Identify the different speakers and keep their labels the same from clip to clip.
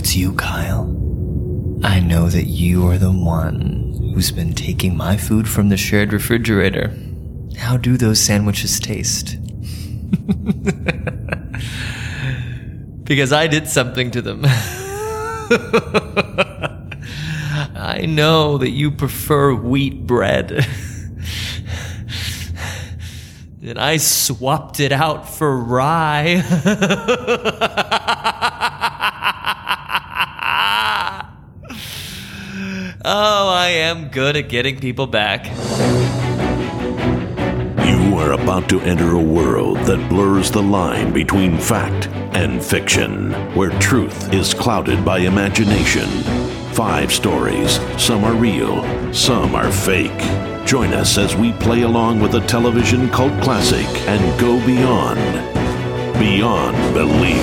Speaker 1: It's you, Kyle. I know that you are the one who's been taking my food from the shared refrigerator. How do those sandwiches taste? because I did something to them. I know that you prefer wheat bread. and I swapped it out for rye. oh, I am good at getting people back.
Speaker 2: You are about to enter a world that blurs the line between fact and fiction, where truth is clouded by imagination. Five stories, some are real, some are fake. Join us as we play along with a television cult classic and go beyond, beyond belief.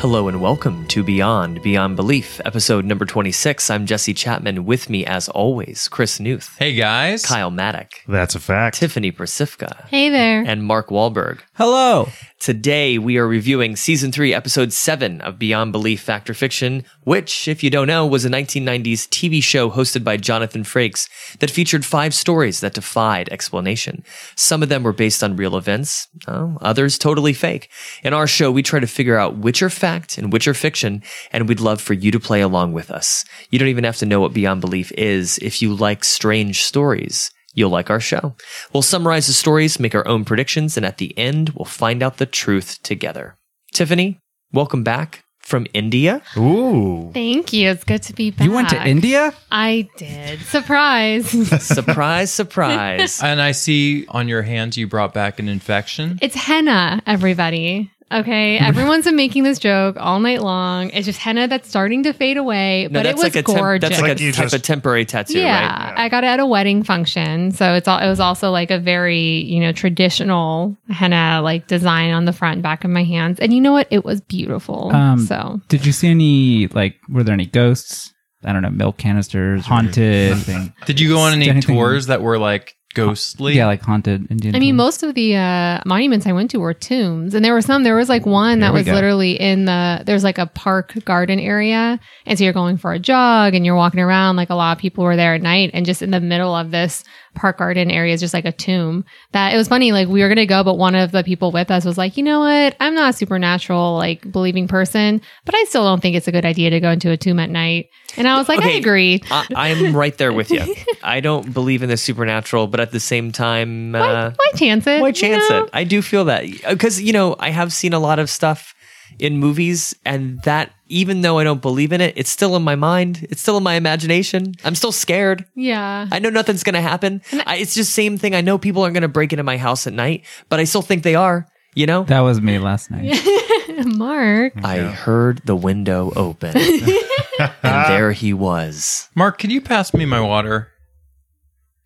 Speaker 1: Hello and welcome to Beyond Beyond Belief, episode number 26. I'm Jesse Chapman. With me, as always, Chris Newth,
Speaker 3: Hey guys.
Speaker 1: Kyle Maddock,
Speaker 4: That's a fact.
Speaker 1: Tiffany Persifka,
Speaker 5: Hey there.
Speaker 1: and Mark Wahlberg.
Speaker 3: Hello.
Speaker 1: Today, we are reviewing season three, episode seven of Beyond Belief Fact or Fiction, which, if you don't know, was a 1990s TV show hosted by Jonathan Frakes that featured five stories that defied explanation. Some of them were based on real events, oh, others totally fake. In our show, we try to figure out which are fact and which are fiction, and we'd love for you to play along with us. You don't even have to know what Beyond Belief is if you like strange stories. You'll like our show. We'll summarize the stories, make our own predictions, and at the end, we'll find out the truth together. Tiffany, welcome back from India.
Speaker 4: Ooh.
Speaker 5: Thank you. It's good to be back.
Speaker 6: You went to India?
Speaker 5: I did. Surprise.
Speaker 1: Surprise, surprise.
Speaker 3: And I see on your hands you brought back an infection.
Speaker 5: it's henna, everybody. Okay. Everyone's been making this joke all night long. It's just henna that's starting to fade away, but it was
Speaker 1: like a temp-
Speaker 5: gorgeous.
Speaker 1: that's like,
Speaker 4: Like
Speaker 1: a
Speaker 4: you
Speaker 1: type
Speaker 4: just-
Speaker 1: of temporary tattoo, right?
Speaker 5: yeah, I got it at a wedding function, so it's all. It was also like a very you know traditional henna like design on the front and back of my hands, and you know what? It was beautiful.
Speaker 6: Um,
Speaker 5: so
Speaker 6: Did you see any like were there any ghosts? I don't know, milk canisters, haunted
Speaker 3: Did you go on any
Speaker 6: Anything-
Speaker 3: tours that were like ghostly?
Speaker 6: Yeah, like haunted Indian.
Speaker 5: I
Speaker 1: Mm-hmm.
Speaker 5: mean,
Speaker 6: tombs.
Speaker 5: most of the uh, monuments I went to were tombs, and there were some. There was like one
Speaker 6: There
Speaker 5: that
Speaker 6: we
Speaker 5: was
Speaker 6: go.
Speaker 5: literally in the there's like a park garden area, and so you're going for a jog and you're walking around. Like a lot of people were there at night, and just in the middle of this park garden area is just like a tomb. That it was funny. Like we were gonna go, but one of the people with us was like, you know what? I'm not a supernatural like believing person, but I still don't think it's a good idea to go into a tomb at night. And I was like, I
Speaker 1: Okay.
Speaker 5: agree.
Speaker 1: I, I'm right there with you. I don't believe in the supernatural, but at the same time, uh,
Speaker 5: Why chance it?
Speaker 1: why
Speaker 5: you
Speaker 1: chance
Speaker 5: know?
Speaker 1: it? I do feel that because you know I have seen a lot of stuff in movies, and that even though I don't believe in it, it's still in my mind. It's still in my imagination. I'm still scared.
Speaker 5: Yeah.
Speaker 1: I know nothing's gonna happen. I, it's just same thing. I know people aren't gonna break into my house at night, but I still think they are. You know.
Speaker 6: that was me last night.
Speaker 5: Mark.
Speaker 1: I heard the window open, and there he was.
Speaker 3: Mark, can you pass me my water?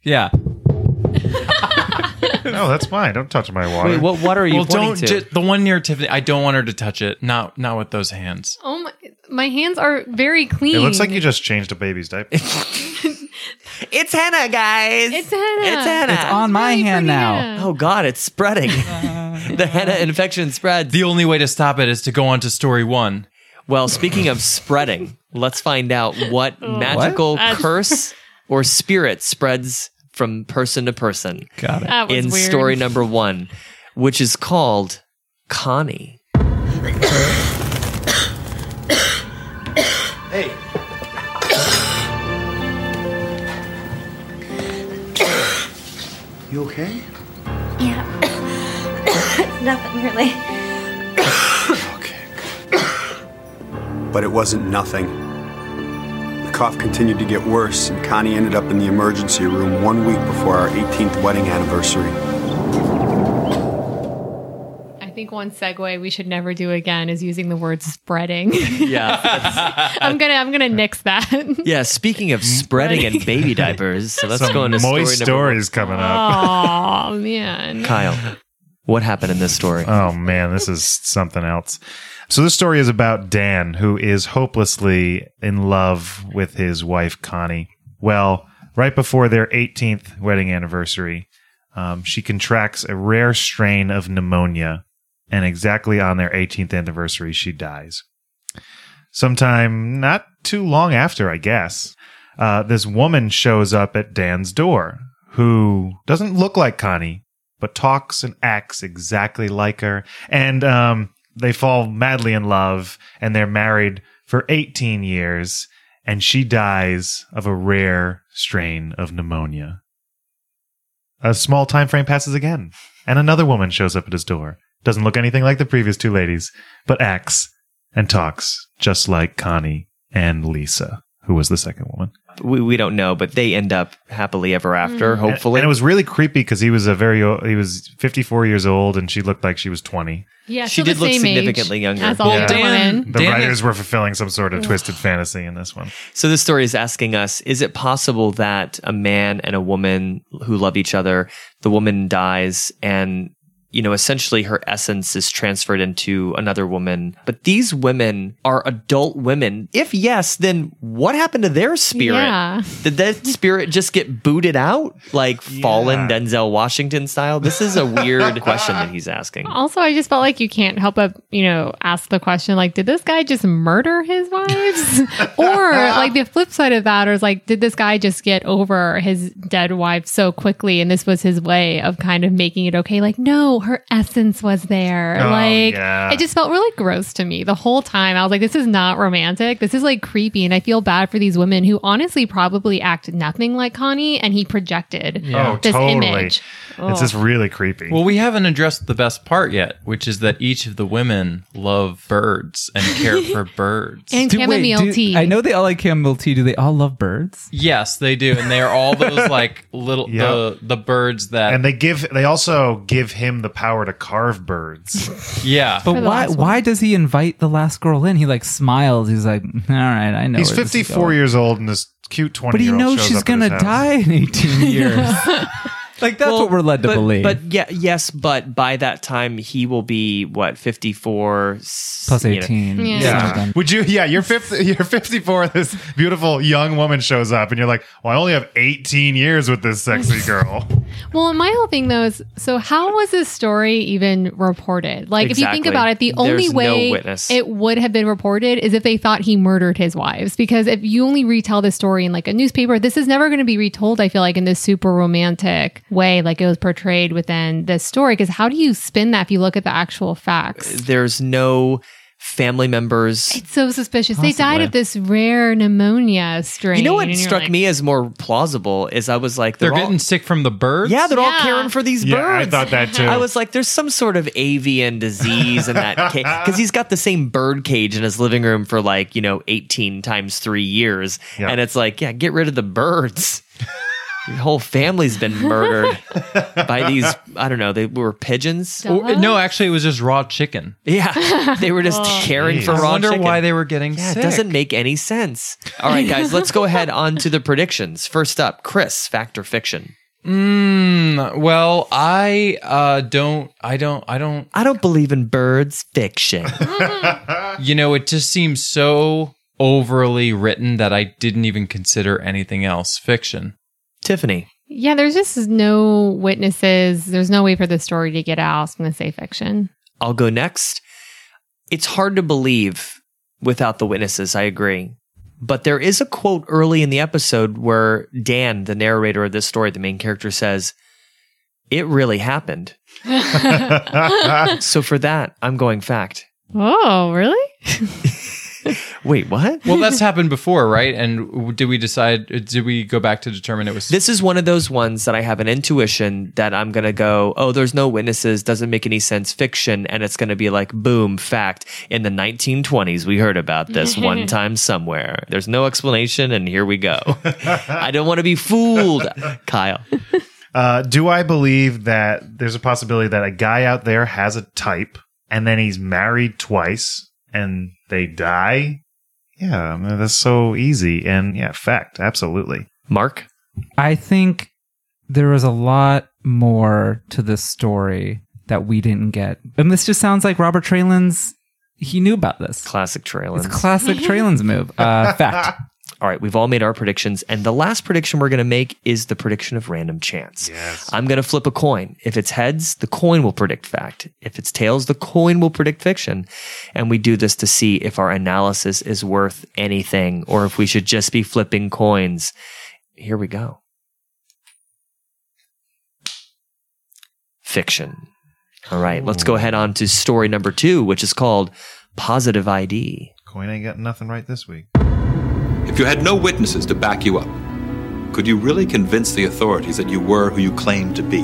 Speaker 6: yeah.
Speaker 4: No, that's mine. Don't touch my water.
Speaker 1: Wait, what water are you
Speaker 3: well,
Speaker 1: pointing
Speaker 3: don't
Speaker 1: to?
Speaker 3: ju- the one near Tiffany. I don't want her to touch it. Not not with those hands.
Speaker 5: Oh my! My hands are very clean.
Speaker 4: It looks like you just changed a baby's diaper.
Speaker 1: it's henna, guys.
Speaker 5: It's henna.
Speaker 1: It's henna.
Speaker 6: It's on my
Speaker 5: Really
Speaker 6: hand
Speaker 5: pretty
Speaker 6: now.
Speaker 5: henna.
Speaker 1: Oh God, it's spreading. the henna infection spreads.
Speaker 3: The only way to stop it is to go on to story one.
Speaker 1: Well, speaking of spreading, let's find out what
Speaker 4: Oh.
Speaker 1: magical curse or spirit spreads from person to person
Speaker 3: Got it.
Speaker 5: That was
Speaker 1: in
Speaker 5: weird.
Speaker 1: story number one, which is called Connie.
Speaker 7: You okay?
Speaker 8: Yeah. Nothing really.
Speaker 7: Okay. but it wasn't nothing. The cough continued to get worse, and Connie ended up in the emergency room one week before our 18th wedding anniversary.
Speaker 5: I think one segue we should never do again is using the word spreading.
Speaker 1: Yeah.
Speaker 5: I'm gonna I'm gonna nix that.
Speaker 1: yeah. Speaking of spreading and baby diapers, so let's
Speaker 4: Some
Speaker 1: go into story
Speaker 4: moist
Speaker 1: number one.
Speaker 4: stories coming up.
Speaker 5: oh man.
Speaker 1: Kyle, what happened in this story?
Speaker 4: Oh man, this is something else. So this story is about Dan, who is hopelessly in love with his wife Connie. Well, right before their 18th wedding anniversary, um, she contracts a rare strain of pneumonia, and exactly on their 18th anniversary, she dies. Sometime not too long after, I guess, uh, this woman shows up at Dan's door who doesn't look like Connie, but talks and acts exactly like her. And um, they fall madly in love and they're married for 18 years. And she dies of a rare strain of pneumonia. A small time frame passes again, and another woman shows up at his door. Doesn't look anything like the previous two ladies, but acts and talks just like Connie and Lisa, who was the second woman.
Speaker 1: We, we don't know, but they end up happily ever after,
Speaker 4: And-
Speaker 1: hopefully.
Speaker 4: and it was really creepy because he was a very o- he was 54 years old, and she looked like she was 20.
Speaker 5: Yeah,
Speaker 1: She
Speaker 5: still the
Speaker 1: did look
Speaker 5: same age
Speaker 1: significantly younger.
Speaker 5: As all
Speaker 4: Well,
Speaker 5: the
Speaker 4: Dan-
Speaker 5: women.
Speaker 4: The
Speaker 3: Damn it.
Speaker 4: writers were fulfilling some sort of twisted fantasy in this one.
Speaker 1: So this story is asking us: Is it possible that a man and a woman who love each other, the woman dies, and you know, essentially her essence is transferred into another woman? But these women are adult women. If yes, then what happened to their spirit?
Speaker 5: Yeah.
Speaker 1: Did that spirit just get booted out, like fallen Denzel Washington style? This is a weird question that he's asking.
Speaker 5: Also, I just felt like you can't help but, you know, ask the question like, did this guy just murder his wives? or like the flip side of that is like, did this guy just get over his dead wife so quickly and this was his way of kind of making it okay? Like, no, her essence was there.
Speaker 4: Oh,
Speaker 5: like
Speaker 4: yeah.
Speaker 5: it just felt really gross to me the whole time. I was like, this is not romantic. This is like creepy. And I feel bad for these women who honestly probably act nothing like Connie and he projected
Speaker 4: Oh,
Speaker 5: this
Speaker 4: totally.
Speaker 5: image.
Speaker 4: It's just really creepy.
Speaker 3: Well, we haven't addressed the best part yet, which is that each of the women love birds and care for birds.
Speaker 5: And chamomile
Speaker 6: do-
Speaker 5: tea.
Speaker 6: I know they all like chamomile tea. Do they all love birds?
Speaker 3: yes, they do, and they are all those like little
Speaker 4: Yep.
Speaker 3: the the birds that
Speaker 4: and they give they also give him the power to carve birds.
Speaker 3: yeah.
Speaker 6: But
Speaker 5: For the
Speaker 6: why?
Speaker 5: last one.
Speaker 6: Why does he invite the last girl in? He like smiles. He's like, all right, I know.
Speaker 4: He's
Speaker 6: where this is
Speaker 4: 54
Speaker 6: going."
Speaker 4: years old, and this cute 20
Speaker 6: but he
Speaker 4: year old
Speaker 6: knows she's gonna die in eighteen years. like that's
Speaker 1: Well,
Speaker 6: what we're led to
Speaker 1: but-
Speaker 6: believe.
Speaker 1: But yeah, yes, but by that time he will be what fifty four
Speaker 6: Plus eighteen.
Speaker 5: Yeah.
Speaker 4: Yeah.
Speaker 6: something.
Speaker 4: Would you? Yeah, you're 50, you're 54. This beautiful young woman shows up, and you're like, "Well, I only have 18 years with this sexy girl."
Speaker 5: Well, my whole thing though is so how was this story even reported? Like, if you think
Speaker 1: Exactly.
Speaker 5: about it, the only
Speaker 1: There's no
Speaker 5: way
Speaker 1: witness.
Speaker 5: it would have been reported is if they thought he murdered his wives. Because if you only retell this story in like a newspaper, this is never going to be retold, I feel like, in this super romantic way, like it was portrayed within this story. Because how do you spin that if you look at the actual facts?
Speaker 1: There's no family members.
Speaker 5: It's so suspicious. They died of this rare pneumonia strain.
Speaker 1: You know what
Speaker 5: and you're
Speaker 1: struck
Speaker 5: like-
Speaker 1: me as more plausible is I was like,
Speaker 3: they're
Speaker 1: all-
Speaker 3: getting sick from the birds.
Speaker 1: yeah, they're all
Speaker 5: Yeah.
Speaker 1: caring for these
Speaker 4: yeah,
Speaker 1: birds.
Speaker 4: I thought that too.
Speaker 1: I was like, there's some sort of avian disease in that cage because he's got the same bird cage in his living room for like you know 18 times three years,
Speaker 4: Yeah.
Speaker 1: and it's like, yeah, get rid of the birds. Your whole family's been murdered by these. I don't know. They were pigeons.
Speaker 5: Duh.
Speaker 3: Or- no, actually, it was just raw chicken.
Speaker 1: Yeah, they were just caring for raw
Speaker 4: Jeez.
Speaker 3: Oh, I wonder
Speaker 1: chicken.
Speaker 3: why they were getting
Speaker 1: Yeah,
Speaker 3: sick.
Speaker 1: it doesn't make any sense. All right, guys, let's go ahead on to the predictions. First up, Chris, fact or fiction?
Speaker 3: Mm, well, I uh, don't. I don't. I don't.
Speaker 1: I don't believe in birds fiction.
Speaker 3: You know, it just seems so overly written that I didn't even consider anything else fiction.
Speaker 1: Tiffany,
Speaker 5: Yeah, there's just no witnesses. There's no way for the story to get out. So I'm going to say fiction.
Speaker 1: I'll go next. It's hard to believe without the witnesses, I agree. But there is a quote early in the episode where Dan, the narrator of this story, the main character, says, It really happened. So for that, I'm going fact.
Speaker 5: Oh, really?
Speaker 1: Wait, what?
Speaker 3: Well, that's happened before, right? And w- did we decide? Did we go back to determine it was?
Speaker 1: This is one of those ones that I have an intuition that I'm going to go, oh, there's no witnesses, doesn't make any sense, fiction. And it's going to be like, boom, fact. In the 1920s, we heard about this one time somewhere. There's no explanation, and here we go. I don't want to be fooled, Kyle.
Speaker 4: Uh, do I believe that there's a possibility that a guy out there has a type and then he's married twice and they die? Yeah, I mean, that's so easy. And yeah, fact, absolutely.
Speaker 1: Mark?
Speaker 6: I think there was a lot more to this story that we didn't get. And this just sounds like Robert Traylon's. He knew about this.
Speaker 1: Classic trailer.
Speaker 6: It's a classic Traylon's move. Uh, fact.
Speaker 1: All right, we've all made our predictions, and the last prediction we're going to make is the prediction of random chance. Yes. I'm going to flip a coin. If it's heads, the coin will predict fact. If it's tails, the coin will predict fiction. And we do this to see if our analysis is worth anything or if we should just be flipping coins. Here we go. Fiction. All right, let's go ahead on to story number two, which is called Positive ID.
Speaker 4: Coin ain't got nothing right this week.
Speaker 9: If you had no witnesses to back you up, could you really convince the authorities that you were who you claimed to be?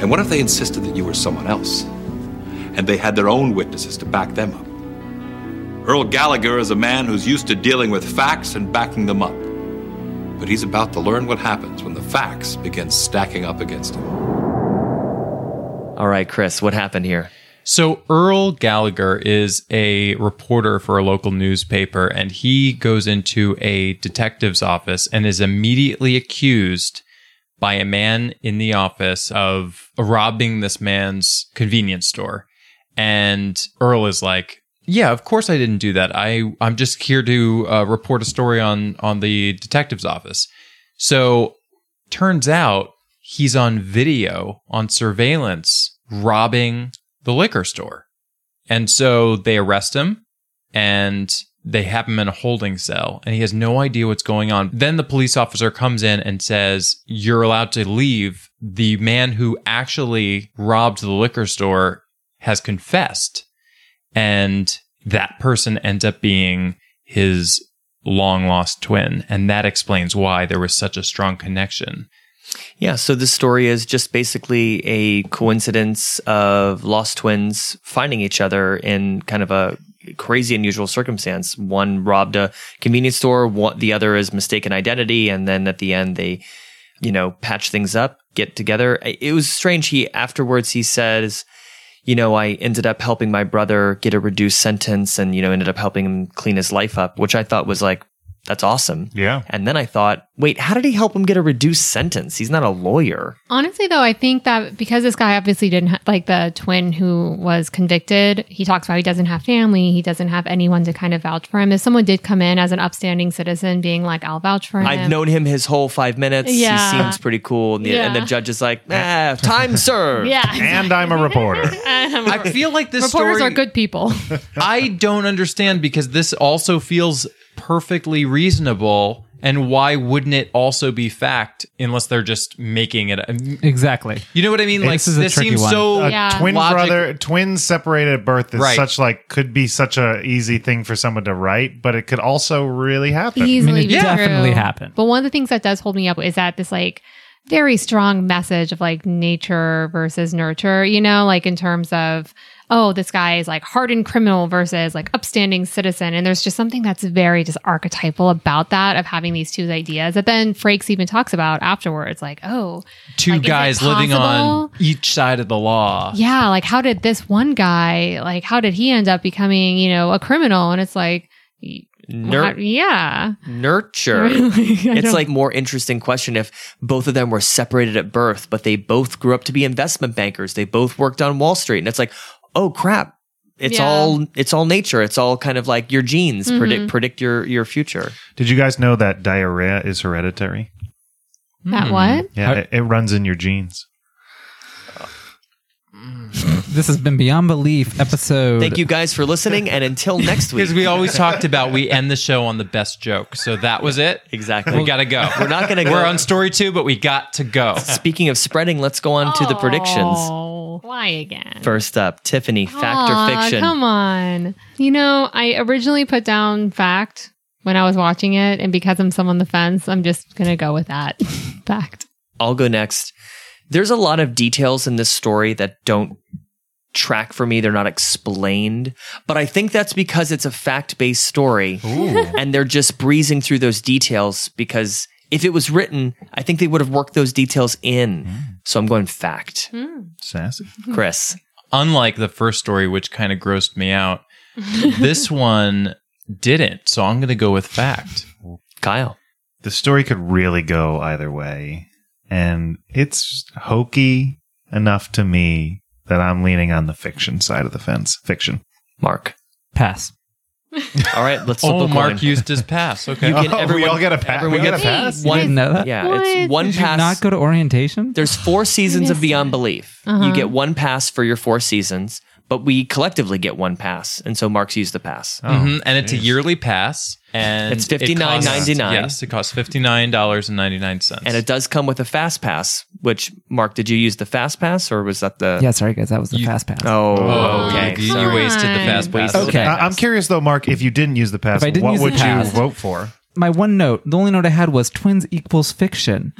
Speaker 9: And what if they insisted that you were someone else? And they had their own witnesses to back them up? Earl Gallagher is a man who's used to dealing with facts and backing them up. But he's about to learn what happens when the facts begin stacking up against him.
Speaker 1: All right, Chris, what happened here?
Speaker 3: So Earl Gallagher is a reporter for a local newspaper, and he goes into a detective's office and is immediately accused by a man in the office of robbing this man's convenience store. And Earl is like, "Yeah, of course I didn't do that. I I'm just here to uh, report a story on on the detective's office." So turns out he's on video on surveillance robbing the liquor store. And so they arrest him and they have him in a holding cell and he has no idea what's going on. Then the police officer comes in and says, You're allowed to leave. The man who actually robbed the liquor store has confessed. And that person ends up being his long lost twin. And that explains why there was such a strong connection.
Speaker 1: Yeah, so this story is just basically a coincidence of lost twins finding each other in kind of a crazy unusual circumstance. One robbed a convenience store, one, the other is mistaken identity, and then at the end they, you know, patch things up, get together. I- It was strange. He afterwards he says, you know, I ended up helping my brother get a reduced sentence, and you know, ended up helping him clean his life up, which I thought was like. That's awesome.
Speaker 4: Yeah.
Speaker 1: Oh. And then I thought, wait, how did he help him get a reduced sentence? He's not a lawyer.
Speaker 5: Honestly, though, I think that because this guy obviously didn't ha- like the twin who was convicted, he talks about he doesn't have family, he doesn't have anyone to kind of vouch for him. If someone did come in as an upstanding citizen, being like, "I'll vouch for him,"
Speaker 1: I've known him his whole five minutes.
Speaker 5: Yeah.
Speaker 1: He seems pretty cool. And the, and the
Speaker 5: Yeah.
Speaker 1: judge is like, ah, time served.
Speaker 5: yeah,
Speaker 4: And I'm a reporter.
Speaker 3: I feel like this
Speaker 5: reporters
Speaker 3: story,
Speaker 5: are good people.
Speaker 3: I don't understand because this also feels perfectly reasonable. And why wouldn't it also be fact unless they're just making it?
Speaker 6: Exactly.
Speaker 3: You know what I mean? Like
Speaker 6: This is a
Speaker 3: this
Speaker 6: tricky
Speaker 3: seems
Speaker 6: one.
Speaker 3: so
Speaker 4: A
Speaker 5: Yeah.
Speaker 4: twin
Speaker 3: Logic-
Speaker 4: brother, twins separated at birth is
Speaker 3: Right.
Speaker 4: such like could be such a easy thing for someone to write, but it could also really happen.
Speaker 5: easily
Speaker 6: I mean, it
Speaker 5: be
Speaker 6: definitely
Speaker 5: true.
Speaker 6: happened.
Speaker 5: But one of the things that does hold me up is that this like very strong message of like nature versus nurture, you know, like in terms of oh, this guy is like hardened criminal versus like upstanding citizen. And there's just something that's very just archetypal about that of having these two ideas that then Frakes even talks about afterwards, like, oh,
Speaker 3: two
Speaker 5: Like, is it
Speaker 3: guys living on
Speaker 5: possible?
Speaker 3: each side of the law.
Speaker 5: yeah, like how did this one guy, like how did he end up becoming, you know, a criminal? And it's like y-
Speaker 1: Nur-
Speaker 5: yeah.
Speaker 1: nurture. It's like more interesting question if both of them were separated at birth, but they both grew up to be investment bankers. They both worked on Wall Street, and it's like, oh crap, it's
Speaker 5: Yeah. Mm-hmm.
Speaker 1: all it's all nature. It's all kind of like your genes predict predict your your future.
Speaker 4: Did you guys know that diarrhea is hereditary?
Speaker 6: hmm.
Speaker 5: that what?
Speaker 4: Yeah, it, it runs in your genes.
Speaker 6: This has been Beyond Belief episode.
Speaker 1: Thank you guys for listening, and until next week,
Speaker 3: Because we always talked about we end the show on the best joke. So that was it.
Speaker 1: exactly.
Speaker 3: We gotta go.
Speaker 1: We're not gonna go.
Speaker 3: We're on story two, but we got to go.
Speaker 1: Speaking of spreading, let's go on to the predictions.
Speaker 5: Oh, why again?
Speaker 1: First up, Tiffany, fact
Speaker 5: Aw,
Speaker 1: or fiction?
Speaker 5: Come on. You know, I originally put down fact when I was watching it, and because I'm some on the fence, I'm just gonna go with that fact.
Speaker 1: I'll go next. There's a lot of details in this story that don't track for me. They're not explained, but I think that's because it's a fact based story and they're just breezing through those details because if it was written, I think they would have worked those details in.
Speaker 6: Mm.
Speaker 1: So I'm going fact.
Speaker 4: Sassy.
Speaker 5: Mm-hmm.
Speaker 1: Chris,
Speaker 3: Unlike the first story, which kind of grossed me out, this one didn't. So I'm gonna go with fact.
Speaker 1: Kyle.
Speaker 4: the story could really go either way. And it's hokey enough to me that I'm leaning on the fiction side of the fence. Fiction.
Speaker 1: Mark.
Speaker 6: Pass.
Speaker 1: All right, let's flip
Speaker 3: Oh,
Speaker 1: a
Speaker 3: Mark
Speaker 1: coin.
Speaker 3: used his pass. Okay.
Speaker 4: Oh, we all get a pass.
Speaker 1: everyone
Speaker 4: we get a
Speaker 1: gets
Speaker 4: pass.
Speaker 6: You didn't know that?
Speaker 1: Yeah,
Speaker 5: What?
Speaker 1: it's one
Speaker 6: Did you
Speaker 1: pass.
Speaker 6: not go to orientation?
Speaker 1: There's four seasons of Beyond Belief. You get one pass for your four seasons, but we collectively get one pass, and so Mark's used the pass.
Speaker 3: Mhm, and it's a yearly pass, and
Speaker 1: It's
Speaker 3: it costs-
Speaker 1: $59.99.
Speaker 3: Yes, it costs fifty nine dollars and ninety nine cents.
Speaker 1: And it does come with a fast pass, which Mark, did you use the fast pass or was that the
Speaker 6: yeah, sorry guys, that was the fast pass.
Speaker 1: Oh,
Speaker 3: Oh,
Speaker 1: okay.
Speaker 3: you, you
Speaker 5: sorry.
Speaker 3: wasted the fast pass.
Speaker 1: Wasted
Speaker 6: Okay.
Speaker 4: I- I'm curious though, Mark, if you didn't use the pass,
Speaker 6: If I didn't
Speaker 4: what
Speaker 6: use the
Speaker 4: would
Speaker 6: pass-
Speaker 4: you vote for?
Speaker 6: My one note, the only note I had was twins equals fiction.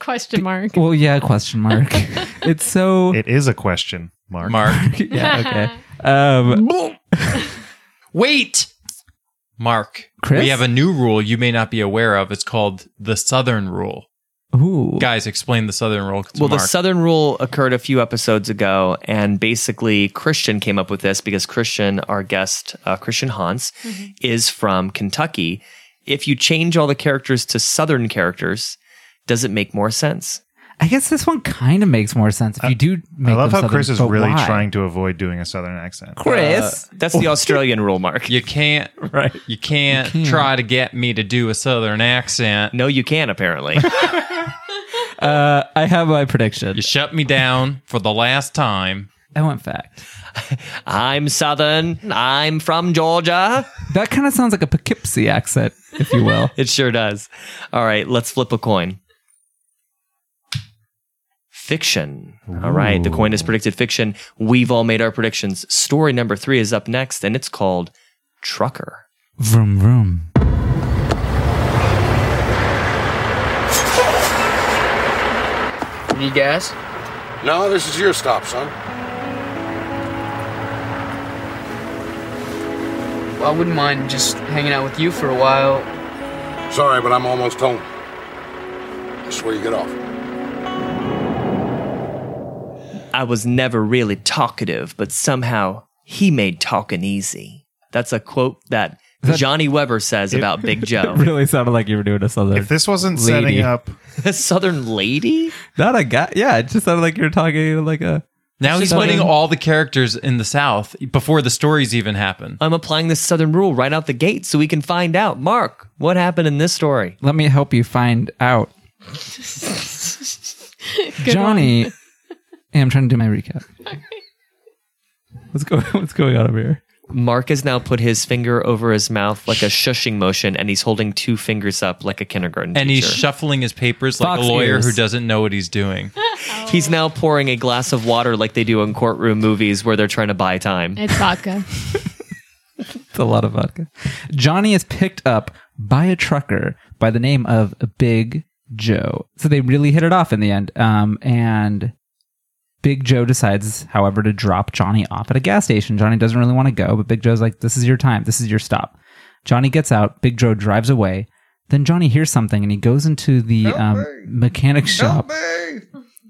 Speaker 5: Question mark.
Speaker 6: Well, yeah, question mark. it's so
Speaker 4: It is a question, Mark.
Speaker 3: Mark,
Speaker 6: yeah, okay. Um,
Speaker 3: wait, Mark.
Speaker 6: Chris?
Speaker 3: We have a new rule you may not be aware of. It's called the Southern Rule.
Speaker 6: ooh,
Speaker 3: Guys, explain the Southern Rule. To
Speaker 1: Well,
Speaker 3: Mark.
Speaker 1: the Southern Rule occurred a few episodes ago, and basically Christian came up with this because Christian, our guest, uh, Christian Hans, is from Kentucky. If you change all the characters to Southern characters, does it make more sense?
Speaker 6: I guess this one kind of makes more sense if you do. Make
Speaker 4: I love
Speaker 6: them
Speaker 4: how Chris
Speaker 6: Southern,
Speaker 4: is
Speaker 6: but
Speaker 4: really
Speaker 6: why?
Speaker 4: trying uh, to avoid doing a southern accent.
Speaker 6: Chris,
Speaker 1: Uh, That's the Australian rule, Mark.
Speaker 3: you can't.
Speaker 6: right?
Speaker 3: You can't, try to get me to do a Southern accent.
Speaker 1: No, you can apparently.
Speaker 6: Uh, I have my prediction.
Speaker 3: You shut me down for the last time.
Speaker 6: I want fact.
Speaker 1: I'm Southern. I'm from Georgia.
Speaker 6: That kind of sounds like a Poughkeepsie accent, if you will.
Speaker 1: It sure does. All right, let's flip a coin. Fiction. All right, the coin is predicted fiction. We've all made our predictions. Story number three is up next, and it's called Trucker.
Speaker 6: vroom vroom.
Speaker 10: Need gas?
Speaker 11: No, this is your stop, son.
Speaker 10: Well, I wouldn't mind just hanging out with you for a while.
Speaker 11: Sorry, but I'm almost home. I swear you get off.
Speaker 1: I was never really talkative, but somehow he made talking easy. That's a quote that, Johnny Weber says about Big Joe.
Speaker 6: Really sounded like you were doing a southern.
Speaker 4: If this wasn't
Speaker 6: Lady.
Speaker 4: setting up,
Speaker 1: A Southern lady?
Speaker 6: not a guy, yeah, it just sounded like you were talking like a.
Speaker 3: Now he's putting all the characters in the South before the stories even happen.
Speaker 1: I'm applying this Southern rule right out the gate so we can find out. Mark, what happened in this story?
Speaker 6: Let me help you find out, Johnny. Hey, I'm trying to do my recap. What's going? What's going on over here?
Speaker 1: Mark has now put his finger over his mouth like a shushing motion, and he's holding two fingers up like a kindergarten
Speaker 3: And he's
Speaker 1: teacher.
Speaker 3: shuffling his papers like
Speaker 6: Fox
Speaker 3: a lawyer who
Speaker 6: ears.
Speaker 3: doesn't know what he's doing.
Speaker 1: he's now pouring a glass of water like they do in courtroom movies where they're trying to buy time.
Speaker 5: It's vodka.
Speaker 6: It's a lot of vodka. Johnny is picked up by a trucker by the name of Big Joe. So they really hit it off in the end. Um, and Big Joe decides, however, to drop Johnny off at a gas station. Johnny doesn't really want to go, but Big Joe's like, this is your time. This is your stop. Johnny gets out. Big Joe drives away. Then Johnny hears something and he goes into the um, mechanic shop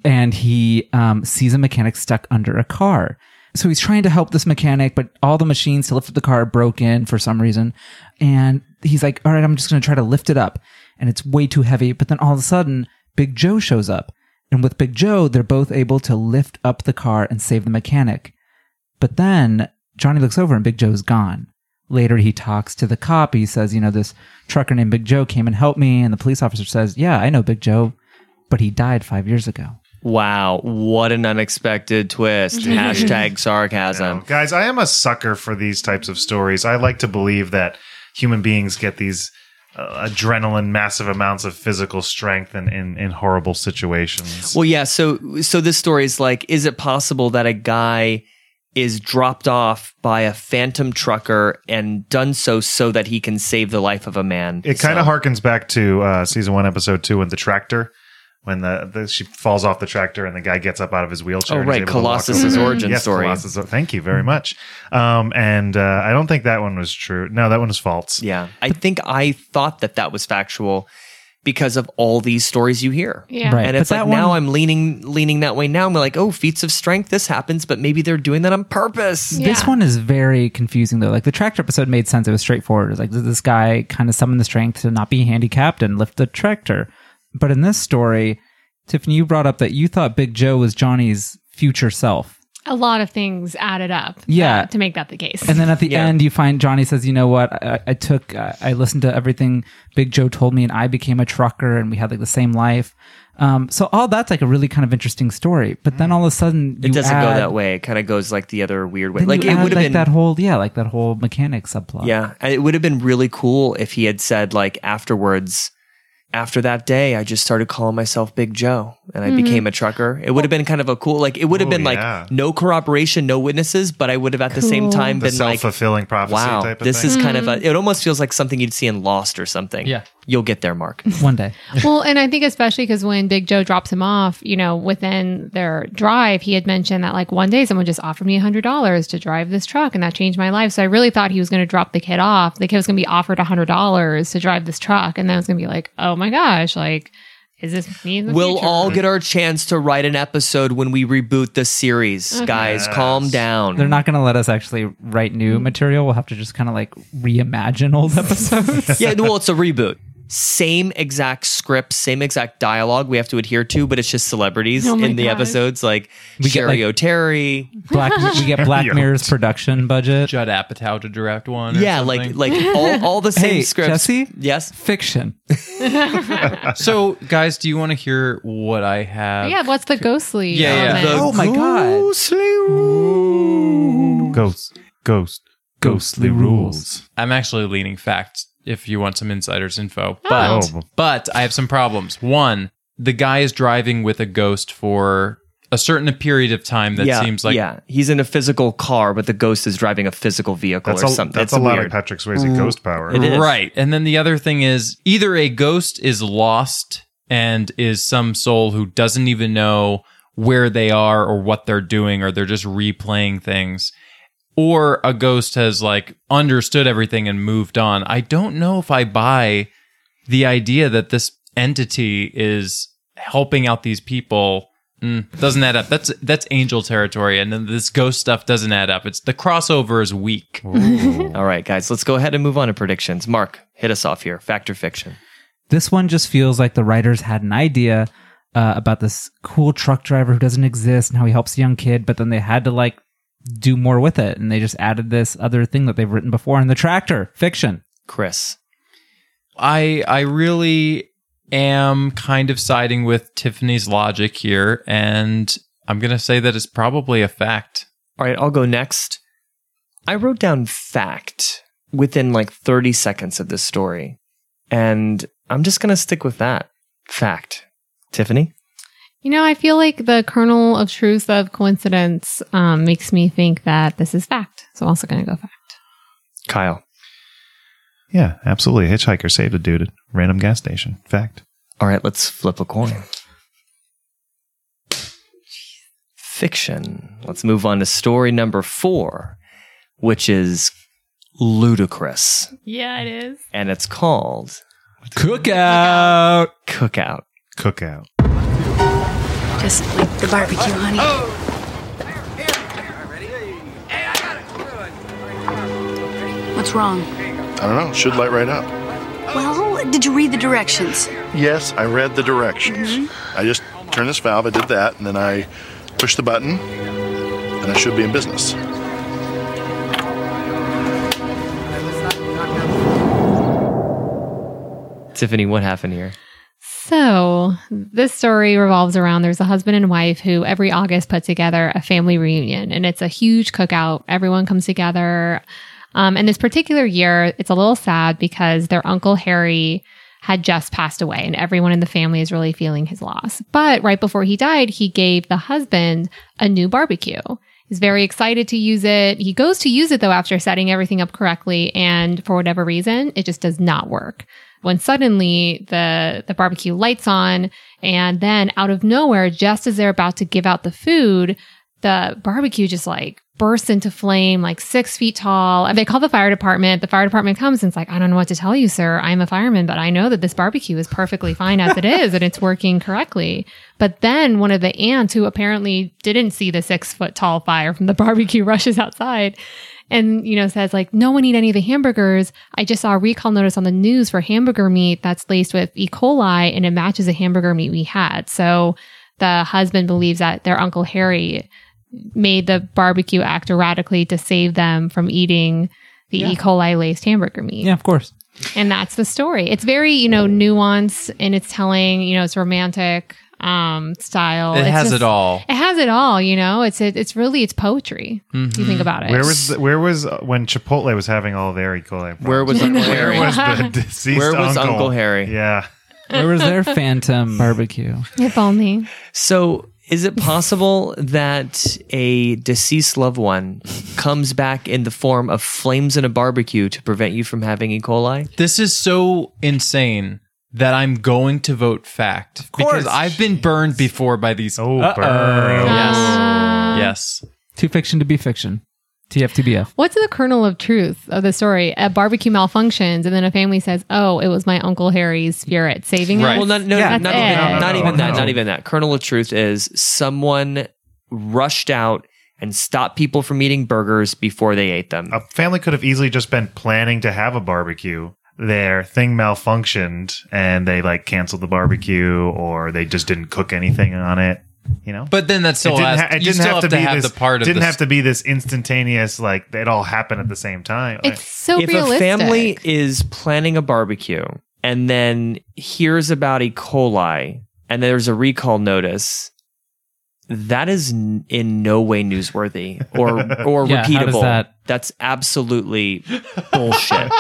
Speaker 6: and he um, sees a mechanic stuck under a car. So he's trying to help this mechanic, but all the machines to lift up the car are broken for some reason. And he's like, all right, I'm just going to try to lift it up. And it's way too heavy. But then all of a sudden, Big Joe shows up. And with Big Joe, they're both able to lift up the car and save the mechanic. But then Johnny looks over and Big Joe's gone. Later, he talks to the cop. He says, you know, this trucker named Big Joe came and helped me. And the police officer says, yeah, I know Big Joe, but he died five years ago.
Speaker 1: Wow, what an unexpected twist. Hashtag sarcasm.
Speaker 4: guys, I am a sucker for these types of stories. I like to believe that human beings get these uh, adrenaline, massive amounts of physical strength in, in, in horrible situations.
Speaker 1: Well, yeah. So, so this story is like, is it possible that a guy is dropped off by a phantom trucker and done so so that he can save the life of a man?
Speaker 4: it kind of harkens back to uh, season one, episode two, when the tractor. When the, the she falls off the tractor and the guy gets up out of his wheelchair.
Speaker 1: Oh,
Speaker 4: and is
Speaker 1: right,
Speaker 4: able to walk
Speaker 1: Colossus's
Speaker 4: over there.
Speaker 1: origin
Speaker 4: yes,
Speaker 1: story.
Speaker 4: Colossus, thank you very much. Um, and uh, I don't think that one was true. No, that one was false.
Speaker 1: Yeah. I think I thought that that was factual because of all these stories you hear.
Speaker 5: Yeah.
Speaker 6: Right.
Speaker 1: And
Speaker 6: But
Speaker 1: it's like
Speaker 6: that
Speaker 1: now
Speaker 6: one-
Speaker 1: I'm leaning leaning that way. Now I'm like, oh, feats of strength, this happens, but maybe they're doing that on purpose.
Speaker 6: This
Speaker 5: Yeah.
Speaker 6: one is very confusing though. Like the tractor episode made sense. It was straightforward. It was like did this guy kind of summon the strength to not be handicapped and lift the tractor. But in this story, Tiffany, you brought up that you thought Big Joe was Johnny's future self.
Speaker 5: a lot of things added up.
Speaker 6: Yeah.
Speaker 5: to make that the case.
Speaker 6: And then at the end, you find Johnny says, "You know what? I, I took, I, I listened to everything Big Joe told me, and I became a trucker, and we had like the same life." Um, so all that's like a really kind of interesting story. But then all of a sudden,
Speaker 1: It
Speaker 6: you
Speaker 1: doesn't go
Speaker 6: add-
Speaker 1: that way. It kind of goes like the other weird way.
Speaker 6: then
Speaker 1: Like
Speaker 6: you
Speaker 1: it
Speaker 6: add,
Speaker 1: would have
Speaker 6: like
Speaker 1: been
Speaker 6: that whole, yeah, like that whole mechanic subplot.
Speaker 1: Yeah, and it would have been really cool if he had said like afterwards. After that day, I just started calling myself Big Joe, and I
Speaker 5: Mhm.
Speaker 1: became a trucker. It would have been kind of a cool, like it would have
Speaker 4: Ooh,
Speaker 1: been like
Speaker 4: yeah.
Speaker 1: no corroboration, no witnesses, but I would have at the same
Speaker 5: Cool.
Speaker 1: time
Speaker 4: The
Speaker 1: been like,
Speaker 4: self-fulfilling prophecy
Speaker 1: wow,
Speaker 4: type of
Speaker 1: this
Speaker 4: thing.
Speaker 1: is kind of a. It almost feels like something you'd see in Lost or something.
Speaker 3: Yeah.
Speaker 1: you'll get there, Mark.
Speaker 6: One day.
Speaker 5: well, and I think especially because when Big Joe drops him off, you know, within their drive, he had mentioned that like one day someone just offered me a hundred dollars to drive this truck, and that changed my life. So I really thought he was going to drop the kid off. The kid was going to be offered a hundred dollars to drive this truck, and then it's going to be like, oh my gosh, like, is this me? In the
Speaker 1: We'll
Speaker 5: future?
Speaker 4: Mm-hmm.
Speaker 1: all get our chance to write an episode when we reboot the series, guys. Calm down.
Speaker 6: They're not going to let us actually write
Speaker 4: Mm.
Speaker 6: new material. We'll have to just kind of like reimagine old episodes.
Speaker 1: yeah, well, it's a reboot. Same exact script, same exact dialogue we have to adhere to, but it's just celebrities
Speaker 5: Oh my
Speaker 1: in the
Speaker 5: gosh.
Speaker 1: episodes like
Speaker 6: We get,
Speaker 1: Sherry
Speaker 6: like-
Speaker 1: O'Terry.
Speaker 6: Black, we get Black
Speaker 4: Yeah.
Speaker 6: Mirror's production budget.
Speaker 3: Judd Apatow to direct one. or
Speaker 1: Yeah,
Speaker 3: something.
Speaker 1: like like all, all the same
Speaker 6: Hey,
Speaker 1: scripts.
Speaker 6: Jesse?
Speaker 1: Yes.
Speaker 6: Fiction.
Speaker 3: So, guys, do you want to hear what I have?
Speaker 5: yeah. What's the ghostly?
Speaker 3: Yeah,
Speaker 5: element?
Speaker 3: yeah. The-
Speaker 6: Oh my god.
Speaker 4: Ghosts, ghost, ghostly rules.
Speaker 3: I'm actually leaning fact if you want some insider's info.
Speaker 4: Oh.
Speaker 3: But but I have some problems. One, the guy is driving with a ghost for a certain period of time that
Speaker 1: yeah,
Speaker 3: seems like
Speaker 1: yeah, he's in a physical car, but the ghost is driving a physical vehicle
Speaker 4: That's
Speaker 1: or
Speaker 4: a,
Speaker 1: something.
Speaker 4: that's
Speaker 1: It's
Speaker 4: a lot
Speaker 1: weird.
Speaker 4: of Patrick Swayze ghost power.
Speaker 1: It is.
Speaker 3: Right. And then the other thing is either a ghost is lost and is some soul who doesn't even know where they are or what they're doing or they're just replaying things or a ghost has like understood everything and moved on. I don't know if I buy the idea that this entity is helping out these people. Mm, doesn't add up. That's that's angel territory and then this ghost stuff doesn't add up. It's the crossover is weak.
Speaker 1: All right, guys, let's go ahead and move on to predictions. Mark, hit us off here. Fact or fiction?
Speaker 6: This one just feels like the writers had an idea uh, about this cool truck driver who doesn't exist and how he helps a young kid, but then they had to like do more with it, and they just added this other thing that they've written before. And the tractor fiction.
Speaker 1: Chris.
Speaker 3: I I really am kind of siding with Tiffany's logic here, and I'm gonna say that it's probably a fact.
Speaker 1: All right, I'll go next. I wrote down fact within like 30 seconds of this story. And I'm just going to stick with that fact. Tiffany?
Speaker 5: You know, I feel like the kernel of truth of coincidence um, makes me think that this is fact. So I'm also going to go fact.
Speaker 1: Kyle.
Speaker 4: Yeah, absolutely. A hitchhiker saved a dude at random gas station. Fact.
Speaker 1: All right, let's flip a coin. Fiction. Let's move on to story number four, which is ludicrous.
Speaker 5: Yeah, it is.
Speaker 1: And it's called
Speaker 6: Cookout.
Speaker 1: Cookout.
Speaker 4: Cookout.
Speaker 8: Just like the barbecue, honey. What's wrong?
Speaker 11: I don't know. Should light right up.
Speaker 8: Well, did you read the directions?
Speaker 11: Yes, I read the directions.
Speaker 2: Mm-hmm.
Speaker 11: I just turned this valve, I did that, and then I pushed the button, and I should be in business.
Speaker 1: Tiffany, what happened here?
Speaker 5: So this story revolves around there's a husband and wife who every August put together a family reunion, and it's a huge cookout. Everyone comes together. Um, and this particular year, it's a little sad because their uncle Harry had just passed away, and everyone in the family is really feeling his loss. But right before he died, he gave the husband a new barbecue. He's very excited to use it. He goes to use it though after setting everything up correctly, and for whatever reason, it just does not work. When suddenly the the barbecue lights on, and then out of nowhere, just as they're about to give out the food, the barbecue just like bursts into flame, like six feet tall. And they call the fire department. The fire department comes and it's like, I don't know what to tell you, sir. I'm a fireman, but I know that this barbecue is perfectly fine as it is and it's working correctly. But then one of the ants who apparently didn't see the six foot tall fire from the barbecue rushes outside and you know says like no one eat any of the hamburgers i just saw a recall notice on the news for hamburger meat that's laced with e coli and it matches the hamburger meat we had so the husband believes that their uncle harry made the barbecue act erratically to save them from eating the E. coli laced hamburger meat.
Speaker 6: Yeah, of course.
Speaker 5: And that's the story. It's very, you know, nuanced in its telling, you know, it's romantic um style.
Speaker 3: It
Speaker 5: It's
Speaker 3: has
Speaker 5: just-
Speaker 3: it all.
Speaker 5: It has it all, you know. It's it, it's really it's poetry. If you
Speaker 3: Mm-hmm.
Speaker 5: think about it.
Speaker 4: Where was the, where was uh, when Chipotle was having all their E. coli?
Speaker 1: Where was Uncle Harry?
Speaker 4: Where was the deceased
Speaker 1: Where was
Speaker 4: uncle?
Speaker 1: Uncle Harry?
Speaker 4: Yeah.
Speaker 6: Where was their phantom barbecue?
Speaker 5: if only.
Speaker 1: So, is it possible that a deceased loved one comes back in the form of flames in a barbecue to prevent you from having E. coli?
Speaker 3: This is so insane that I'm going to vote fact because I've been burned before by these.
Speaker 4: Oh,
Speaker 3: Uh-oh.
Speaker 4: burn.
Speaker 3: Yes.
Speaker 5: Uh,
Speaker 3: yes.
Speaker 6: Too fiction to be fiction. TFTBF.
Speaker 5: What's the kernel of truth of the story? A barbecue malfunctions, and then a family says, "Oh, it was my Uncle Harry's spirit saving
Speaker 3: Right.
Speaker 5: us."
Speaker 1: Well, not, no,
Speaker 6: Yeah.
Speaker 1: not,
Speaker 5: That's
Speaker 1: even,
Speaker 5: it.
Speaker 1: not
Speaker 4: No,
Speaker 1: even
Speaker 4: no,
Speaker 1: that.
Speaker 4: no.
Speaker 1: Not even that. Kernel of truth is someone rushed out and stopped people from eating burgers before they ate them.
Speaker 4: A family could have easily just been planning to have a barbecue. Their thing malfunctioned and they like canceled the barbecue or they just didn't cook anything on it. You know,
Speaker 3: But then that still has,
Speaker 4: ha-
Speaker 3: you still have to, have
Speaker 4: this,
Speaker 3: the part of
Speaker 4: didn't
Speaker 3: this.
Speaker 4: have to be this instantaneous like it all happened at the same time.
Speaker 5: It's so
Speaker 1: if
Speaker 5: realistic.
Speaker 1: a family is planning a barbecue and then hears about E. coli and there's a recall notice, that is n- in no way newsworthy or or
Speaker 6: Yeah, how does
Speaker 1: repeatable.
Speaker 6: that-
Speaker 1: That's absolutely bullshit.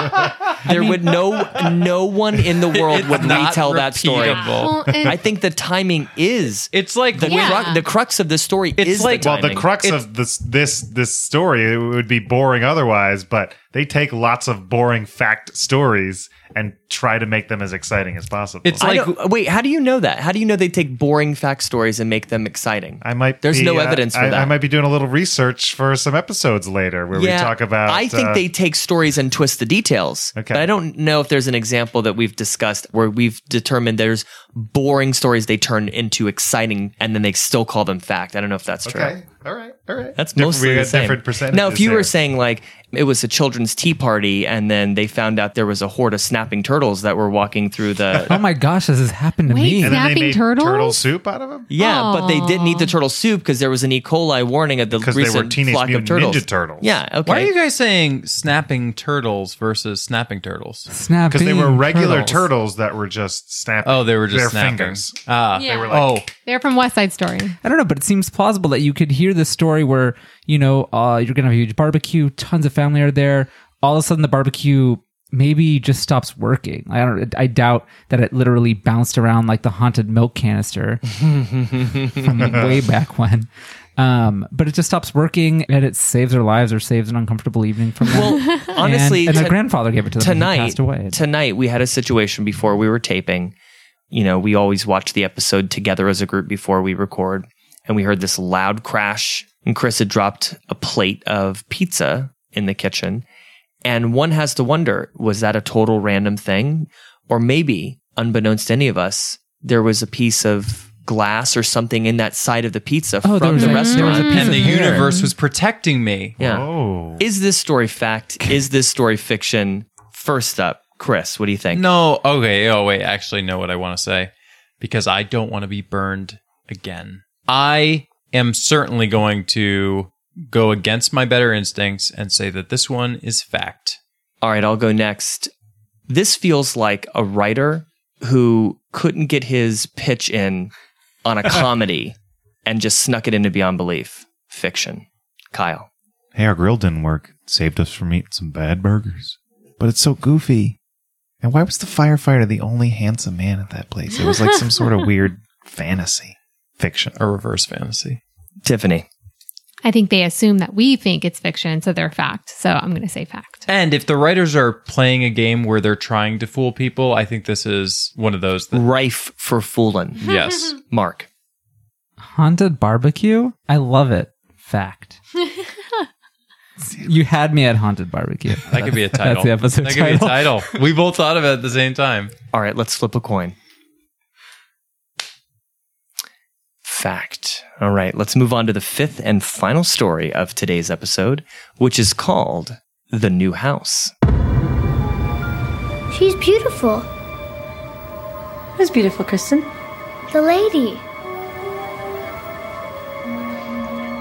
Speaker 1: there would no no one in the world
Speaker 3: It's
Speaker 1: would
Speaker 3: not
Speaker 1: retell that story.
Speaker 3: repeatable.
Speaker 5: well, and-
Speaker 1: I think the timing is
Speaker 3: It's like
Speaker 1: the,
Speaker 3: when-
Speaker 5: Yeah.
Speaker 1: cru- the crux of the story
Speaker 3: It's
Speaker 1: is
Speaker 3: like-
Speaker 1: the
Speaker 4: well,
Speaker 1: timing.
Speaker 4: the crux
Speaker 3: It's-
Speaker 4: of this this this story it would be boring otherwise, but they take lots of boring fact stories and try to make them as exciting as possible.
Speaker 3: It's
Speaker 1: I
Speaker 3: like-
Speaker 1: don't- wait, how do you know that? How do you know they take boring fact stories and make them exciting?
Speaker 4: I might.
Speaker 1: There's
Speaker 4: be,
Speaker 1: no
Speaker 4: uh,
Speaker 1: evidence for
Speaker 4: I,
Speaker 1: that.
Speaker 4: I might be doing a little research for some episodes later where we talk about.
Speaker 1: I think
Speaker 4: uh,
Speaker 1: they take stories and twist the details.
Speaker 4: Okay.
Speaker 1: But I don't know if there's an example that we've discussed where we've determined there's boring stories they turn into exciting and then they still call them fact. I don't know if that's true.
Speaker 4: Okay. All right. All right.
Speaker 1: That's
Speaker 4: Different-
Speaker 1: mostly
Speaker 4: we
Speaker 1: the
Speaker 4: got
Speaker 1: same.
Speaker 4: different percentages.
Speaker 1: now, if you
Speaker 4: there.
Speaker 1: were saying like it was a children's tea party and then they found out there was a horde of snapping turtles that were walking through
Speaker 6: Oh
Speaker 1: the
Speaker 6: my gosh, this has happened to
Speaker 5: Wait,
Speaker 6: me.
Speaker 4: and then they
Speaker 5: Snapping
Speaker 4: made
Speaker 5: turtles?
Speaker 4: turtle soup out of them
Speaker 1: yeah, but they didn't eat the
Speaker 5: Aw.
Speaker 1: turtle soup because there was an E. coli warning of the
Speaker 4: because
Speaker 1: recent
Speaker 4: they were teenage
Speaker 1: flock of
Speaker 4: mutant
Speaker 1: turtles.
Speaker 4: ninja turtles.
Speaker 1: Yeah. Okay.
Speaker 3: Why are you guys saying snapping turtles versus snapping turtles?
Speaker 6: Snapping.
Speaker 4: Because they were regular turtles.
Speaker 6: turtles.
Speaker 4: that were just snapping.
Speaker 3: Oh, they were just
Speaker 4: their
Speaker 3: snapping.
Speaker 4: fingers.
Speaker 3: Ah,
Speaker 5: Yeah.
Speaker 4: They were like,
Speaker 3: oh,
Speaker 5: They're from West Side Story.
Speaker 6: I don't know, but it seems plausible that you could hear this story where, you know, uh, you're going to have a huge barbecue, tons of family are there. All of a sudden, the barbecue maybe just stops working. I don't. I doubt that it literally bounced around like the haunted milk canister from way back when. Um, but it just stops working, and it saves their lives or saves an uncomfortable evening from them.
Speaker 1: Well, honestly,
Speaker 6: and, and
Speaker 1: to-
Speaker 6: their grandfather gave it to them. and he
Speaker 1: tonight
Speaker 6: passed away.
Speaker 1: tonight we had a situation before we were taping you know we always watch the episode together as a group before we record and we heard this loud crash and chris had dropped a plate of pizza in the kitchen and one has to wonder was that a total random thing or maybe unbeknownst to any of us there was a piece of glass or something in that side of the pizza
Speaker 6: Oh, there
Speaker 1: from
Speaker 6: was
Speaker 1: the
Speaker 6: a- there
Speaker 1: restaurant
Speaker 6: was a piece
Speaker 3: and
Speaker 6: of
Speaker 3: the
Speaker 6: hair.
Speaker 3: universe was protecting me.
Speaker 1: yeah
Speaker 4: oh,
Speaker 1: is this story fact? Is this story fiction? First up, Chris, what do you think?
Speaker 3: No, okay. Oh, wait. I actually know what I want to say because I don't want to be burned again. I am certainly going to go against my better instincts and say that this one is fact.
Speaker 1: All right, I'll go next. This feels like a writer who couldn't get his pitch in on a comedy and just snuck it into Beyond Belief fiction. Kyle.
Speaker 11: Hey, our grill didn't work. Saved us from eating some bad burgers. But it's so goofy. And why was the firefighter the only handsome man at that place? It was like some sort of weird fantasy fiction.
Speaker 3: A reverse fantasy.
Speaker 1: Tiffany.
Speaker 5: I think they assume that we think it's fiction, so they're fact. So I'm going to say fact.
Speaker 3: And if the writers are playing a game where they're trying to fool people, I think this is one of those. That,
Speaker 1: Rife for Foolin.
Speaker 3: yes.
Speaker 1: Mark.
Speaker 6: Haunted barbecue? I love it. Fact. you had me at haunted barbecue.
Speaker 3: That could be a title.
Speaker 6: That's the episode
Speaker 3: That could
Speaker 6: title.
Speaker 3: be a title. We both thought of it at the same time.
Speaker 1: All right, let's flip a coin. Fact. All right, let's move on to the fifth and final story of today's episode, which is called The New House.
Speaker 12: She's beautiful.
Speaker 8: Who's beautiful, Kristen?
Speaker 12: The lady.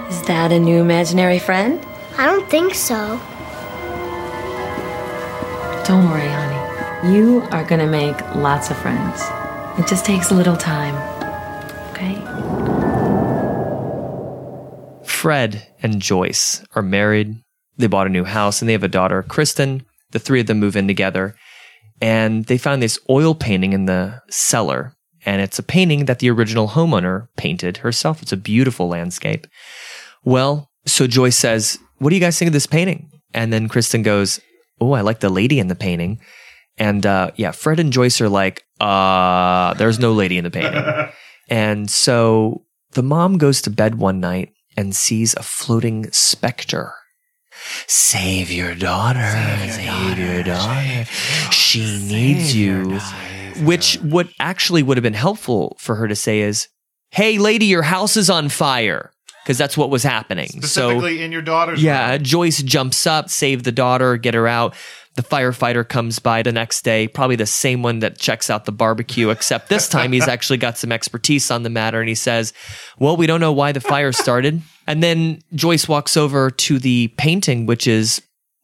Speaker 8: Is
Speaker 12: that a new imaginary friend?
Speaker 13: I don't think so.
Speaker 12: Don't worry, honey. You are gonna make lots of friends. It just takes a little time. Okay?
Speaker 1: Fred and Joyce are married. They bought a new house and they have a daughter, Kristen. The three of them move in together and they found this oil painting in the cellar. And it's a painting that the original homeowner painted herself. It's a beautiful landscape. Well, so Joyce says, What do you guys think of this painting? And then Kristen goes, Oh, I like the lady in the painting. And uh, yeah, Fred and Joyce are like, uh, There's no lady in the painting. and so the mom goes to bed one night and sees a floating specter. Save your daughter. Save your daughter. She needs you. Which, what actually would have been helpful for her to say is, Hey, lady, your house is on fire. Because that's what was happening. So,
Speaker 4: Specifically in your daughter's
Speaker 1: yeah, Joyce jumps up, save the daughter, get her out. The firefighter comes by the next day, probably the same one that checks out the barbecue, except this time he's actually got some expertise on the matter and he says, Well, we don't know why the fire started. And then Joyce walks over to the painting, which is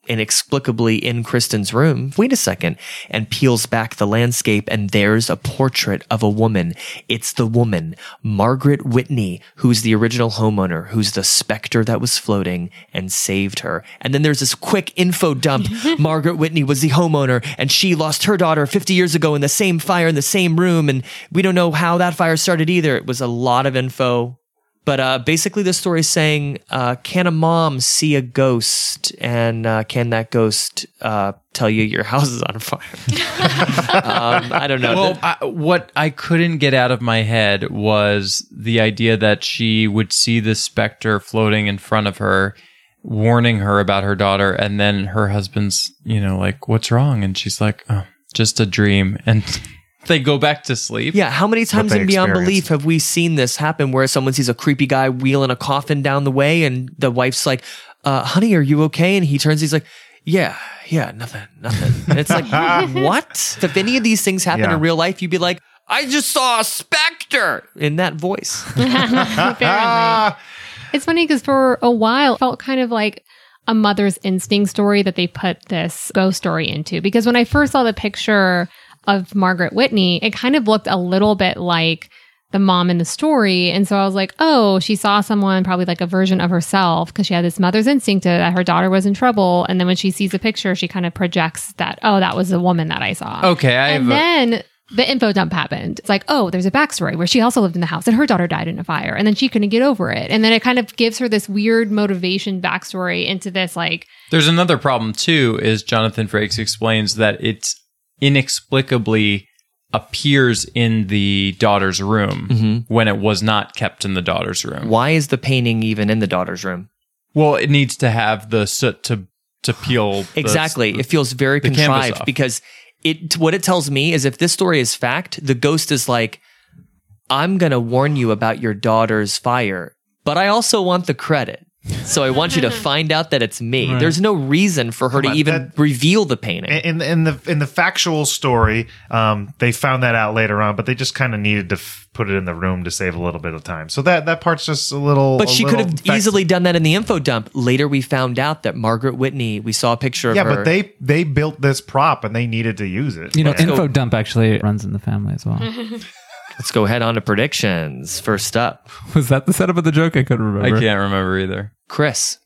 Speaker 1: inexplicably in Kristen's room. Wait a second. And peels back the landscape, and there's a portrait of a woman. It's the woman, Margaret Whitney, who's the original homeowner, who's the specter that was floating and saved her. And then there's this quick info dump. Margaret Whitney was the homeowner, and she lost her daughter 50 years ago in the same fire in the same room. And we don't know how that fire started either. It was a lot of info. But uh, basically, the story is saying, uh, can a mom see a ghost, and uh, can that ghost uh, tell you your house is on fire? um, I don't know.
Speaker 3: Well, I, what I couldn't get out of my head was the idea that she would see the specter floating in front of her, warning her about her daughter, and then her husband's, you know, like, "What's wrong?" And she's like, "Oh, just a dream," and they go back to sleep.
Speaker 1: yeah, how many times
Speaker 3: they
Speaker 1: in Beyond Belief
Speaker 3: experienced.
Speaker 1: have we seen this happen where someone sees a creepy guy wheeling a coffin down the way, and the wife's like, uh, honey, are you okay? And he turns, he's like, yeah, yeah, nothing, nothing. And it's like, what? If any of these things happen
Speaker 14: Yeah.
Speaker 1: in real life, you'd be like, I just saw a specter in that voice.
Speaker 5: Apparently. It's funny because for a while it felt kind of like a mother's instinct story that they put this ghost story into. Because when I first saw the picture of Margaret Whitney, it kind of looked a little bit like the mom in the story. And so I was like, oh, she saw someone, probably like a version of herself, because she had this mother's instinct that her daughter was in trouble. And then when she sees a picture, she kind of projects that, oh, that was the woman that I saw.
Speaker 3: Okay, I have
Speaker 5: and
Speaker 3: a-
Speaker 5: then the info dump happened. It's like, oh, there's a backstory where she also lived in the house and her daughter died in a fire and then she couldn't get over it. And then it kind of gives her this weird motivation backstory into this, like,
Speaker 3: There's another problem too. Is Jonathan Frakes explains that it inexplicably appears in the daughter's room when it was not kept in the daughter's room.
Speaker 1: Why is the painting even in the daughter's room?
Speaker 3: Well, it needs to have the soot to to peel the-
Speaker 1: Exactly. it feels very
Speaker 3: the canvas
Speaker 1: contrived
Speaker 3: off.
Speaker 1: because it what it tells me is if this story is fact, the ghost is like, I'm gonna warn you about your daughter's fire, but I also want the credit. So I want you to find out that it's me.
Speaker 4: Right.
Speaker 1: There's no reason for her to
Speaker 4: on,
Speaker 1: even reveal the painting.
Speaker 4: in in the in the factual story, um, they found that out later on, but they just kind of needed to f- put it in the room to save a little bit of time. So that that part's just a little.
Speaker 1: But
Speaker 4: a
Speaker 1: she could
Speaker 4: little
Speaker 1: have
Speaker 4: fact-
Speaker 1: easily done that in the info dump. Later we found out that Margaret Whitney, we saw a picture of
Speaker 4: Yeah,
Speaker 1: her.
Speaker 4: but they they built this prop and they needed to use it.
Speaker 6: You know,
Speaker 1: Let's go-
Speaker 6: info dump actually runs in the family as well.
Speaker 5: Mm-hmm.
Speaker 1: Let's go head on to predictions. First up.
Speaker 6: Was that the setup of the joke? I couldn't
Speaker 3: I
Speaker 6: remember.
Speaker 3: can't remember either.
Speaker 1: Chris.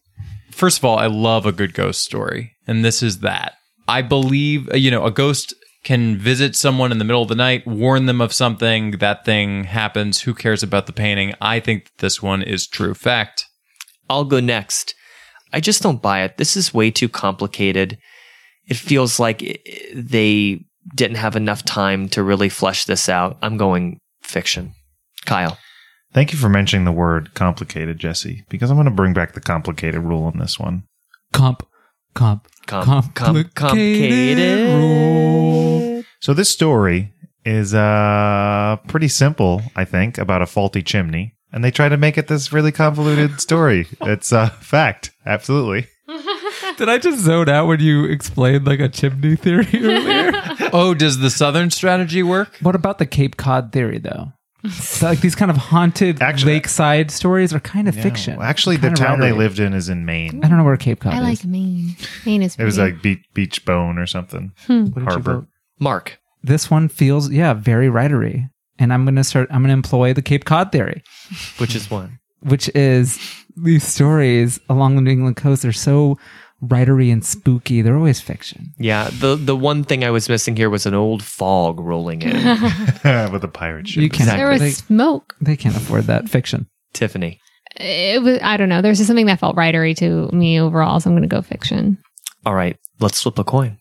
Speaker 3: First of all, I love a good ghost story, and this is that. I believe, uh, you know, a ghost can visit someone in the middle of the night, warn them of something, that thing happens, who cares about the painting? I think that this one is true fact.
Speaker 1: I'll go next. I just don't buy it. This is way too complicated. It feels like i- i- they didn't have enough time to really flesh this out. I'm going fiction. Kyle.
Speaker 4: Thank you for mentioning the word complicated, Jesse, because I'm going to bring back the complicated rule on this one.
Speaker 6: Comp, comp,
Speaker 1: comp,
Speaker 6: complicated.
Speaker 4: So this story is uh pretty simple, I think, about a faulty chimney, and they try to make it this really convoluted story. it's a fact, absolutely.
Speaker 6: Did I just zone out when you explained like a chimney theory earlier?
Speaker 3: oh, does the southern strategy work?
Speaker 6: What about the Cape Cod theory though? So, like these kind of haunted lakeside stories are kind of fiction.
Speaker 4: Actually, the
Speaker 6: Kind of
Speaker 4: town they
Speaker 6: writery.
Speaker 4: lived in is in Maine.
Speaker 6: I don't know where Cape Cod
Speaker 5: I
Speaker 6: is.
Speaker 5: like Maine. Maine is
Speaker 4: It was
Speaker 5: pretty.
Speaker 4: like Be- Beach Bone or something.
Speaker 5: Hmm.
Speaker 4: Harbor.
Speaker 1: Mark.
Speaker 6: This one feels yeah very writery, and I'm gonna start. I'm gonna employ the Cape Cod theory.
Speaker 1: Which is one.
Speaker 6: which is these stories along the New England coast. They're so writery and spooky. They're always fiction.
Speaker 1: Yeah, the the one thing I was missing here was an old fog rolling in.
Speaker 4: With a pirate ship.
Speaker 6: You can't.
Speaker 5: There was
Speaker 6: They,
Speaker 5: smoke.
Speaker 6: they can't afford that fiction.
Speaker 1: Tiffany.
Speaker 5: It was. I don't know. There's just something that felt writery to me overall. So I'm going to go fiction.
Speaker 1: All right, let's flip a coin.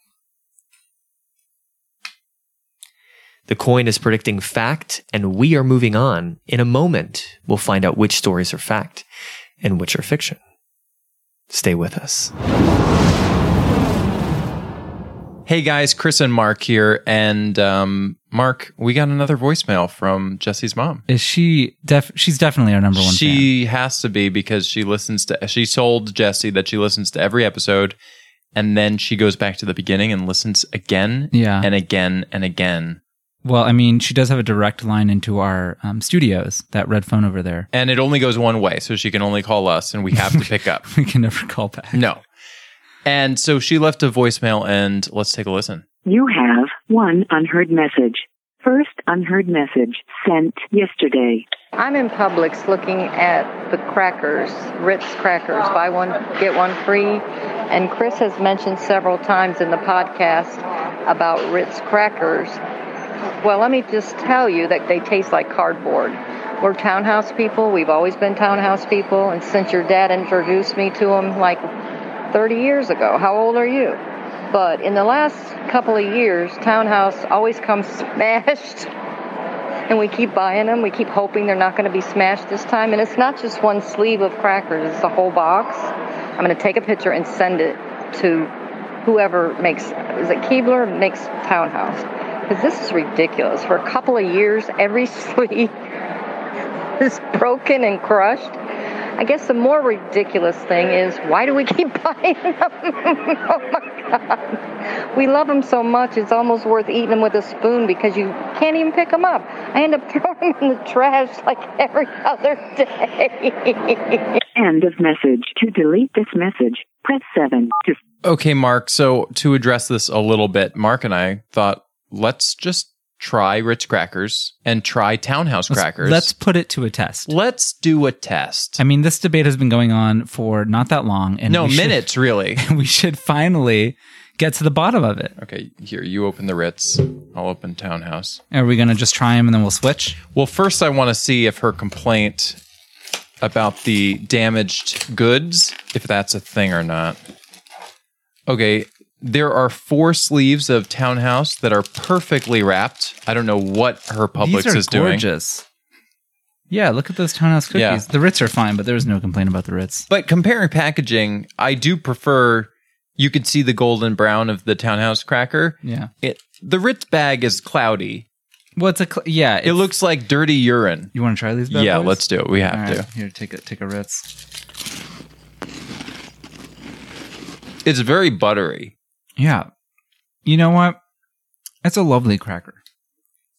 Speaker 1: The coin is predicting fact, and we are moving on. In a moment, we'll find out which stories are fact and which are fiction. Stay with us.
Speaker 3: Hey guys, Chris and Mark here. And um, Mark, we got another voicemail from Jesse's mom.
Speaker 6: Is she def? She's definitely our number one. fan.
Speaker 3: She has to be because she listens to. She told Jesse that she listens to every episode, and then she goes back to the beginning and listens again,
Speaker 6: Yeah.
Speaker 3: and again and again.
Speaker 6: Well, I mean, she does have a direct line into our um, studios. That red phone over there.
Speaker 3: And it only goes one way, so she can only call us, and we have to pick up.
Speaker 6: We can never call back.
Speaker 3: No. And so she left a voicemail, and let's take a listen.
Speaker 13: You have one unheard message. First unheard message sent yesterday.
Speaker 14: I'm in Publix looking at the crackers, Ritz crackers, buy one, get one free. And Chris has mentioned several times in the podcast about Ritz crackers. Well, let me just tell you that they taste like cardboard. We're townhouse people. We've always been townhouse people. And since your dad introduced me to them like 30 years ago, how old are you? But in the last couple of years, townhouse always comes smashed and we keep buying them. We keep hoping they're not going to be smashed this time. And it's not just one sleeve of crackers, it's a whole box. I'm going to take a picture and send it to whoever makes, is it Keebler? Makes Townhouse. Because this is ridiculous. For a couple of years, every sleeve is broken and crushed. I guess the more ridiculous thing is why do we keep buying them? oh my God. We love them so much, it's almost worth eating them with a spoon because you can't even pick them up. I end up throwing them in the trash like every other day.
Speaker 13: End of message. To delete this message, press 7. To
Speaker 3: Okay, Mark. So to address this a little bit, Mark and I thought let's just try Ritz crackers and try Townhouse
Speaker 6: Let's-
Speaker 3: crackers.
Speaker 6: Let's put it to a test.
Speaker 3: Let's do a test.
Speaker 6: I mean, this debate has been going on for not that long, and
Speaker 3: no
Speaker 6: we should-
Speaker 3: minutes really.
Speaker 6: we should finally get to the bottom of it.
Speaker 3: Okay, here you open the Ritz. I'll open Townhouse.
Speaker 6: Are we gonna just try them and then we'll switch?
Speaker 3: Well, first I want to see if her complaint about the damaged goods, if that's a thing or not. Okay, there are four sleeves of Townhouse that are perfectly wrapped. I don't know what her Publix
Speaker 6: These are
Speaker 3: is doing.
Speaker 6: gorgeous. Yeah, look at those townhouse cookies.
Speaker 3: Yeah.
Speaker 6: The Ritz are fine, but there was no complaint about the Ritz.
Speaker 3: But comparing packaging, I do prefer. You can see the golden brown of the Townhouse cracker.
Speaker 6: Yeah.
Speaker 3: It the Ritz bag is cloudy.
Speaker 6: Well, it's a cl- yeah.
Speaker 3: It looks like dirty urine.
Speaker 6: You want to try these? Bad
Speaker 3: Yeah,
Speaker 6: boys?
Speaker 3: let's do it. We have
Speaker 6: All right,
Speaker 3: to.
Speaker 6: Here, take a take a Ritz.
Speaker 3: It's very buttery.
Speaker 6: Yeah. You know what? That's a lovely cracker.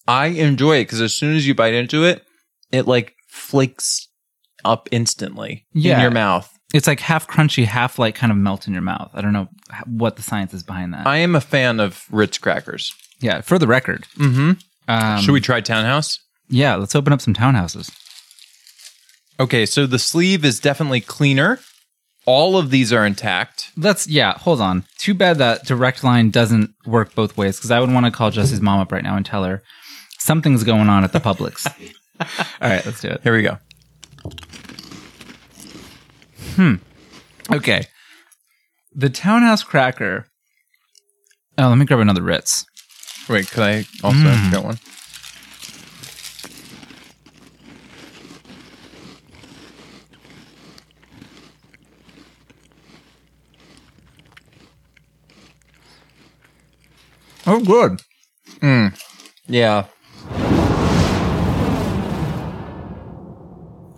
Speaker 3: I enjoy it because as soon as you bite into it, it like flakes up instantly in
Speaker 6: Yeah.
Speaker 3: your mouth.
Speaker 6: It's like half crunchy, half like kind of melt in your mouth. I don't know h- what the science is behind that.
Speaker 3: I am a fan of Ritz crackers.
Speaker 6: yeah, for the record.
Speaker 3: Mm-hmm.
Speaker 6: Um,
Speaker 3: Should we try Townhouse?
Speaker 6: Yeah, let's open up some townhouses.
Speaker 3: Okay, so the sleeve is definitely cleaner. All of these are intact.
Speaker 6: Let's yeah, hold on. Too bad that direct line doesn't work both ways because I would want to call Jesse's mom up right now and tell her something's going on at the Publix. All right, let's do it.
Speaker 3: Here we go.
Speaker 6: Okay. The townhouse cracker. Oh, let me grab another Ritz.
Speaker 3: Wait, could I also get one?
Speaker 6: Oh, good. Mm.
Speaker 3: Yeah.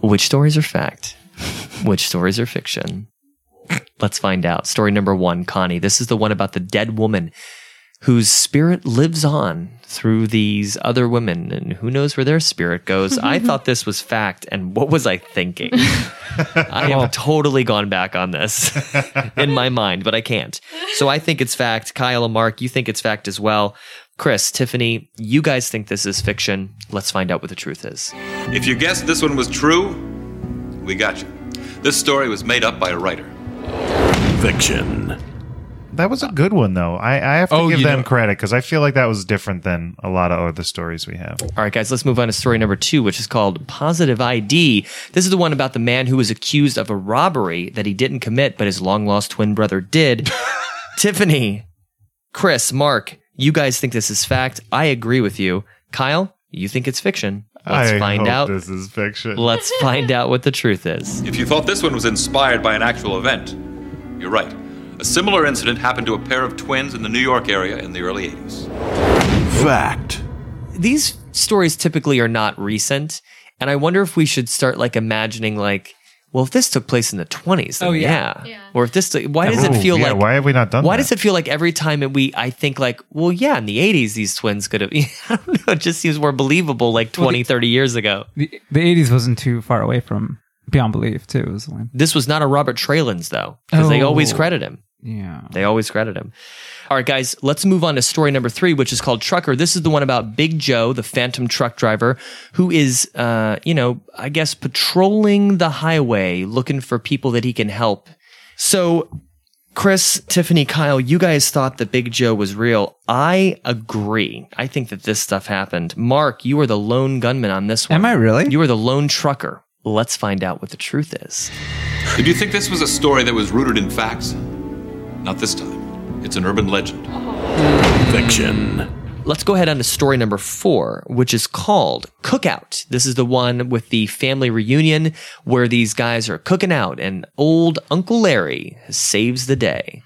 Speaker 1: Which stories are fact? Which stories are fiction? Let's find out. Story number one, Connie. This is the one about the dead woman whose spirit lives on through these other women, and who knows where their spirit goes. I thought this was fact, and what was I thinking? I have totally gone back on this in my mind, but I can't. So I think it's fact. Kyle and Mark, you think it's fact as well. Chris, Tiffany, you guys think this is fiction. Let's find out what the truth is.
Speaker 9: If you guessed this one was true, we got you. This story was made up by a writer.
Speaker 2: Fiction.
Speaker 4: That was a good one, though. I, I have to
Speaker 9: Oh,
Speaker 4: give
Speaker 9: you
Speaker 4: them
Speaker 9: know-
Speaker 4: credit because I feel like that was different than a lot of other stories we have.
Speaker 1: All right, guys, let's move on to story number two, which is called Positive ID. This is the one about the man who was accused of a robbery that he didn't commit, but his long lost twin brother did. Tiffany, Chris, Mark, you guys think this is fact. I agree with you. Kyle, you think it's fiction. Let's
Speaker 9: I
Speaker 1: find
Speaker 9: hope
Speaker 1: out.
Speaker 4: This is fiction.
Speaker 1: Let's find out what the truth is.
Speaker 9: If you thought this one was inspired by an actual event, you're right. A similar incident happened to a pair of twins in the New York area in the early 80s.
Speaker 2: Fact.
Speaker 1: These stories typically are not recent, and I wonder if we should start like imagining like well, if this took place in the 20s, then
Speaker 4: Oh,
Speaker 1: yeah.
Speaker 4: yeah.
Speaker 1: Or if this, why does
Speaker 4: Ooh,
Speaker 1: it feel
Speaker 4: Oh, yeah,
Speaker 1: like
Speaker 4: why have we not done
Speaker 1: Why
Speaker 4: that?
Speaker 1: does it feel like every time that we, I think like, well, yeah, in the 80s, these twins could have, I don't know, it just seems more believable like 20, 30 years ago.
Speaker 6: The, the 80s wasn't too far away from Beyond Belief, too. It was like,
Speaker 1: This was not a Robert Trailens though, because they always
Speaker 6: Oh.
Speaker 1: credit him.
Speaker 6: yeah.
Speaker 1: They always credit him. All right, guys, let's move on to story number three, which is called Trucker. This is the one about Big Joe, the phantom truck driver, who is, uh, you know, I guess patrolling the highway looking for people that he can help. So, Chris, Tiffany, Kyle, you guys thought that Big Joe was real. I agree. I think that this stuff happened. Mark, you were the lone gunman on this one. Am I
Speaker 6: really?
Speaker 1: You were the lone trucker. Let's find out what the truth is.
Speaker 9: Did you think this was a story that was rooted in facts? Not this time. It's an urban legend.
Speaker 2: Fiction.
Speaker 1: Let's go ahead on to story number four, which is called Cookout. This is the one with the family reunion where these guys are cooking out and old Uncle Larry saves the day.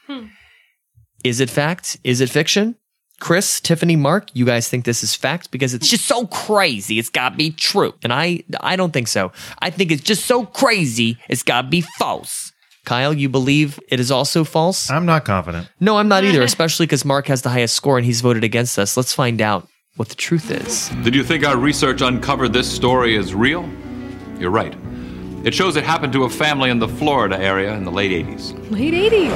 Speaker 1: Is it fact? Is it fiction? Chris, Tiffany, Mark, you guys think this is fact because it's just so crazy. It's gotta be true. And I, I don't think so. I think it's just so crazy. It's gotta be false. Kyle, you believe it is also false?
Speaker 4: I'm not confident.
Speaker 1: No, I'm not either, especially because Mark has the highest score and he's voted against us. Let's find out what the truth is.
Speaker 9: Did you think our research uncovered this story is real? You're right. It shows it happened to a family in the Florida area in the late 80s.
Speaker 5: Late 80s.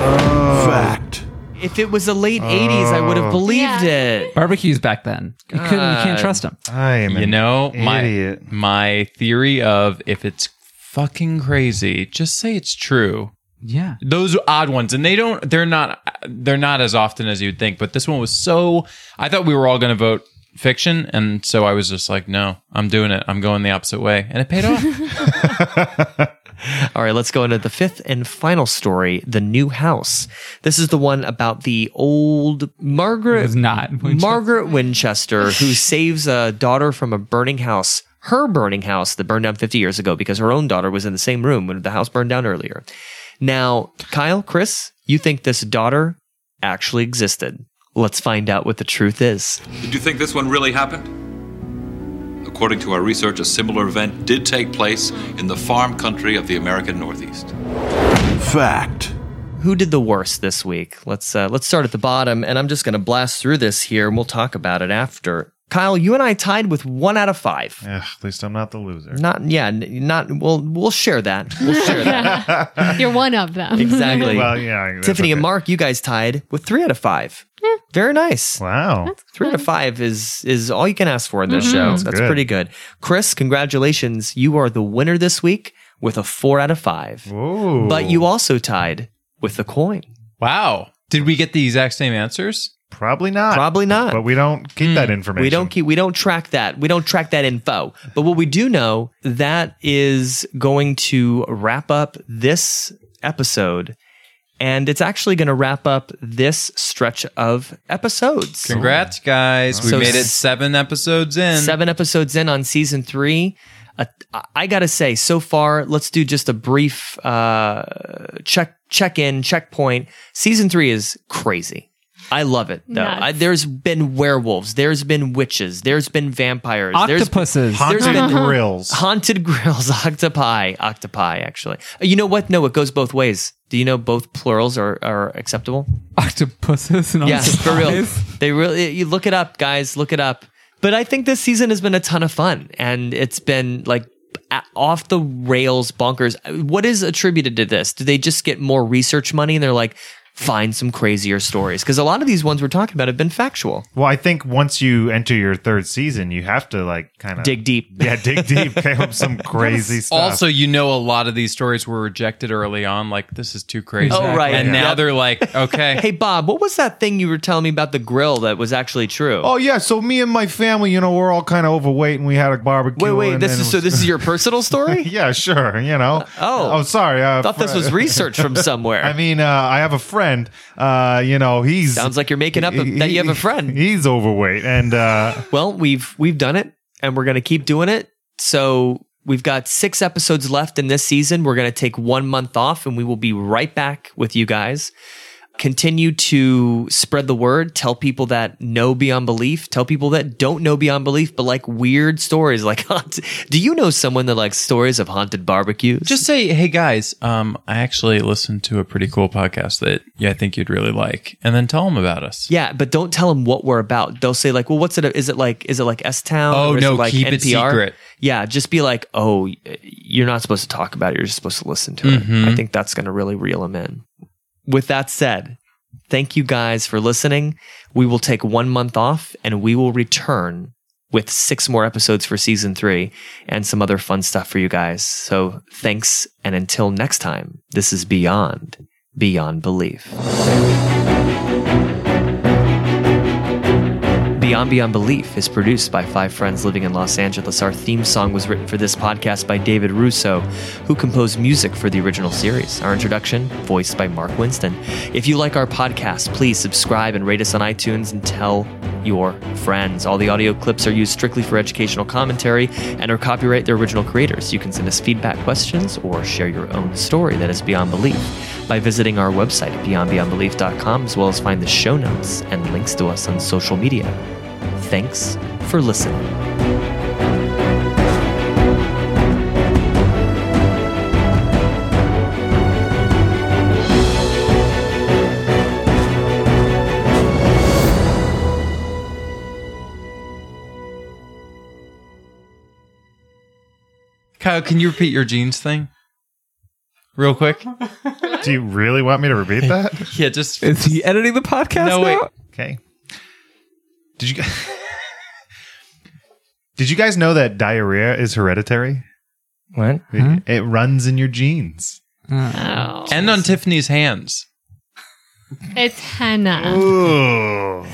Speaker 2: Fact.
Speaker 1: If it was the late 80s, I would have believed it.
Speaker 6: Barbecues back then. You, couldn't, you can't
Speaker 3: God.
Speaker 6: trust them.
Speaker 4: I am.
Speaker 3: you
Speaker 4: an
Speaker 3: know, my
Speaker 4: idiot.
Speaker 3: my theory of if it's fucking crazy, just say it's true.
Speaker 6: Yeah.
Speaker 3: Those odd ones, and they don't. They're not. They're not as often as you'd think. But this one was so. I thought we were all going to vote fiction, and so I was just like, no, I'm doing it. I'm going the opposite way, and it paid off.
Speaker 1: All right, let's go into the fifth and final story the new house. This is the one about the old Margaret.
Speaker 6: It was not Winchester.
Speaker 1: Margaret Winchester, who saves a daughter from a burning house, her burning house that burned down 50 years ago because her own daughter was in the same room when the house burned down earlier. Now, Kyle, Chris, you think this daughter actually existed. Let's find out what the truth is.
Speaker 9: Did you think this one really happened? According to our research, a similar event did take place in the farm country of the American Northeast.
Speaker 2: Fact.
Speaker 1: Who did the worst this week? Let's uh, let's start at the bottom, and I'm just going to blast through this here, and we'll talk about it after. Kyle, you and I tied with one out of five.
Speaker 4: Ugh, at least I'm not the loser.
Speaker 1: Not yeah, n- not well. We'll share that. We'll share that.
Speaker 5: You're one of them.
Speaker 1: Exactly.
Speaker 4: Well, yeah. that's
Speaker 1: Tiffany and
Speaker 4: okay.
Speaker 1: Mark, you guys tied with three out of five. Very nice.
Speaker 4: Wow.
Speaker 1: Three out of five is is all you can ask for in this
Speaker 5: Mhm.
Speaker 1: show. That's,
Speaker 5: That's
Speaker 4: good.
Speaker 1: pretty good. Chris, congratulations. You are the winner this week with a four out of five.
Speaker 4: Ooh.
Speaker 1: But you also tied with the coin.
Speaker 3: wow. Did we get the exact same answers?
Speaker 4: probably not.
Speaker 1: Probably not. Hmm.
Speaker 4: But we don't keep that information.
Speaker 1: We don't keep we don't track that. We don't track that info. But what we do know that is going to wrap up this episode and it's actually going to wrap up this stretch of episodes.
Speaker 3: Congrats, guys. We
Speaker 1: So
Speaker 3: made it
Speaker 1: s-
Speaker 3: seven episodes in.
Speaker 1: Seven episodes in on season three. Uh, I gotta say, so far, let's do just a brief uh, check check in checkpoint. Season three is crazy. I love it though.
Speaker 5: Nuts.
Speaker 1: I, there's been werewolves, there's been witches, there's been vampires,
Speaker 6: Octopuses.
Speaker 1: there's, there's
Speaker 6: Haunted
Speaker 1: been
Speaker 4: grills,
Speaker 1: haunted grills, octopi, octopi. Actually, Uh, you know what? No, it goes both ways. Do you know both plurals are, are acceptable?
Speaker 6: Octopuses and
Speaker 1: Yes, for real.
Speaker 6: octopies.
Speaker 1: They really you look it up, guys. Look it up. But I think this season has been a ton of fun, and it's been like a- off the rails, bonkers. Uh, What is attributed to this? Do they just get more research money, and they're like, find some crazier stories? Because a lot of these ones we're talking about have been factual.
Speaker 4: Well, I think once you enter your third season, you have to like kind of
Speaker 1: Dig deep.
Speaker 4: Yeah, dig deep. Come up with some crazy stuff.
Speaker 3: Also, you know, a lot of these stories were rejected early on. Like, this is too crazy.
Speaker 1: Oh, right.
Speaker 3: And
Speaker 1: Yeah.
Speaker 3: now
Speaker 1: Yep.
Speaker 3: they're like, okay.
Speaker 1: Hey, Bob, what was that thing you were telling me about the grill that was actually true?
Speaker 4: Oh yeah, so me and my family, you know, we're all kind of overweight, and we had a barbecue.
Speaker 1: wait, wait.
Speaker 4: and
Speaker 1: This
Speaker 4: then
Speaker 1: is
Speaker 4: it
Speaker 1: so.
Speaker 4: was-
Speaker 1: This is your personal story.
Speaker 4: yeah, sure. You know.
Speaker 1: oh.
Speaker 4: oh, sorry. I
Speaker 1: Thought this was research from somewhere.
Speaker 4: I mean, uh, I have a friend. Uh, you know, he's
Speaker 1: Sounds like you're making up a- that you have a friend.
Speaker 4: He's overweight, and uh,
Speaker 1: Well, we've we've done it and we're going to keep doing it. So, we've got 6 episodes left in this season. We're going to take 1 month off and we will be right back with you guys. Continue to spread the word, tell people that know beyond belief, tell people that don't know beyond belief but like weird stories like haunt- Do you know someone that likes stories of haunted barbecues?
Speaker 3: Just say, hey, guys, um, I actually listened to a pretty cool podcast that yeah, I think you'd really like. And then tell them about us.
Speaker 1: yeah, but don't tell them what we're about. They'll say like, "Well, what's it? Is it like? Is it like S Town?
Speaker 3: Oh,
Speaker 1: or is
Speaker 3: no,
Speaker 1: it like
Speaker 3: keep it
Speaker 1: NPR?
Speaker 3: secret.
Speaker 1: Yeah, just be like, "Oh, you're not supposed to talk about it. You're just supposed to listen to it."
Speaker 3: Mhm.
Speaker 1: I think that's going to really reel them in. With that said, thank you guys for listening. We will take one month off, and we will return with six more episodes for season three and some other fun stuff for you guys. So thanks, and until next time, this is beyond beyond belief. Beyond Beyond Belief is produced by five friends living in Los Angeles. Our theme song was written for this podcast by David Russo, who composed music for the original series. Our introduction, voiced by Mark Winston. If you like our podcast, please subscribe and rate us on iTunes and tell your friends. All the audio clips are used strictly for educational commentary and are copyright their original creators. You can send us feedback questions or share your own story that is beyond belief by visiting our website at beyondbeyondbelief.com as well as find the show notes and links to us on social media. Thanks for listening.
Speaker 3: Kyle, can you repeat your jeans thing? Real quick.
Speaker 4: do you really want me to repeat that?
Speaker 3: Yeah, just.
Speaker 6: Is he editing the podcast?
Speaker 3: No, wait.
Speaker 6: now?
Speaker 4: Okay. Did you? Did you guys know that diarrhea is hereditary?
Speaker 1: What?
Speaker 4: It, it runs in your genes.
Speaker 5: Oh.
Speaker 3: And on Tiffany's hands.
Speaker 5: It's henna.
Speaker 4: Ooh.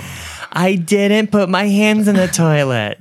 Speaker 1: I didn't put my hands in the toilet.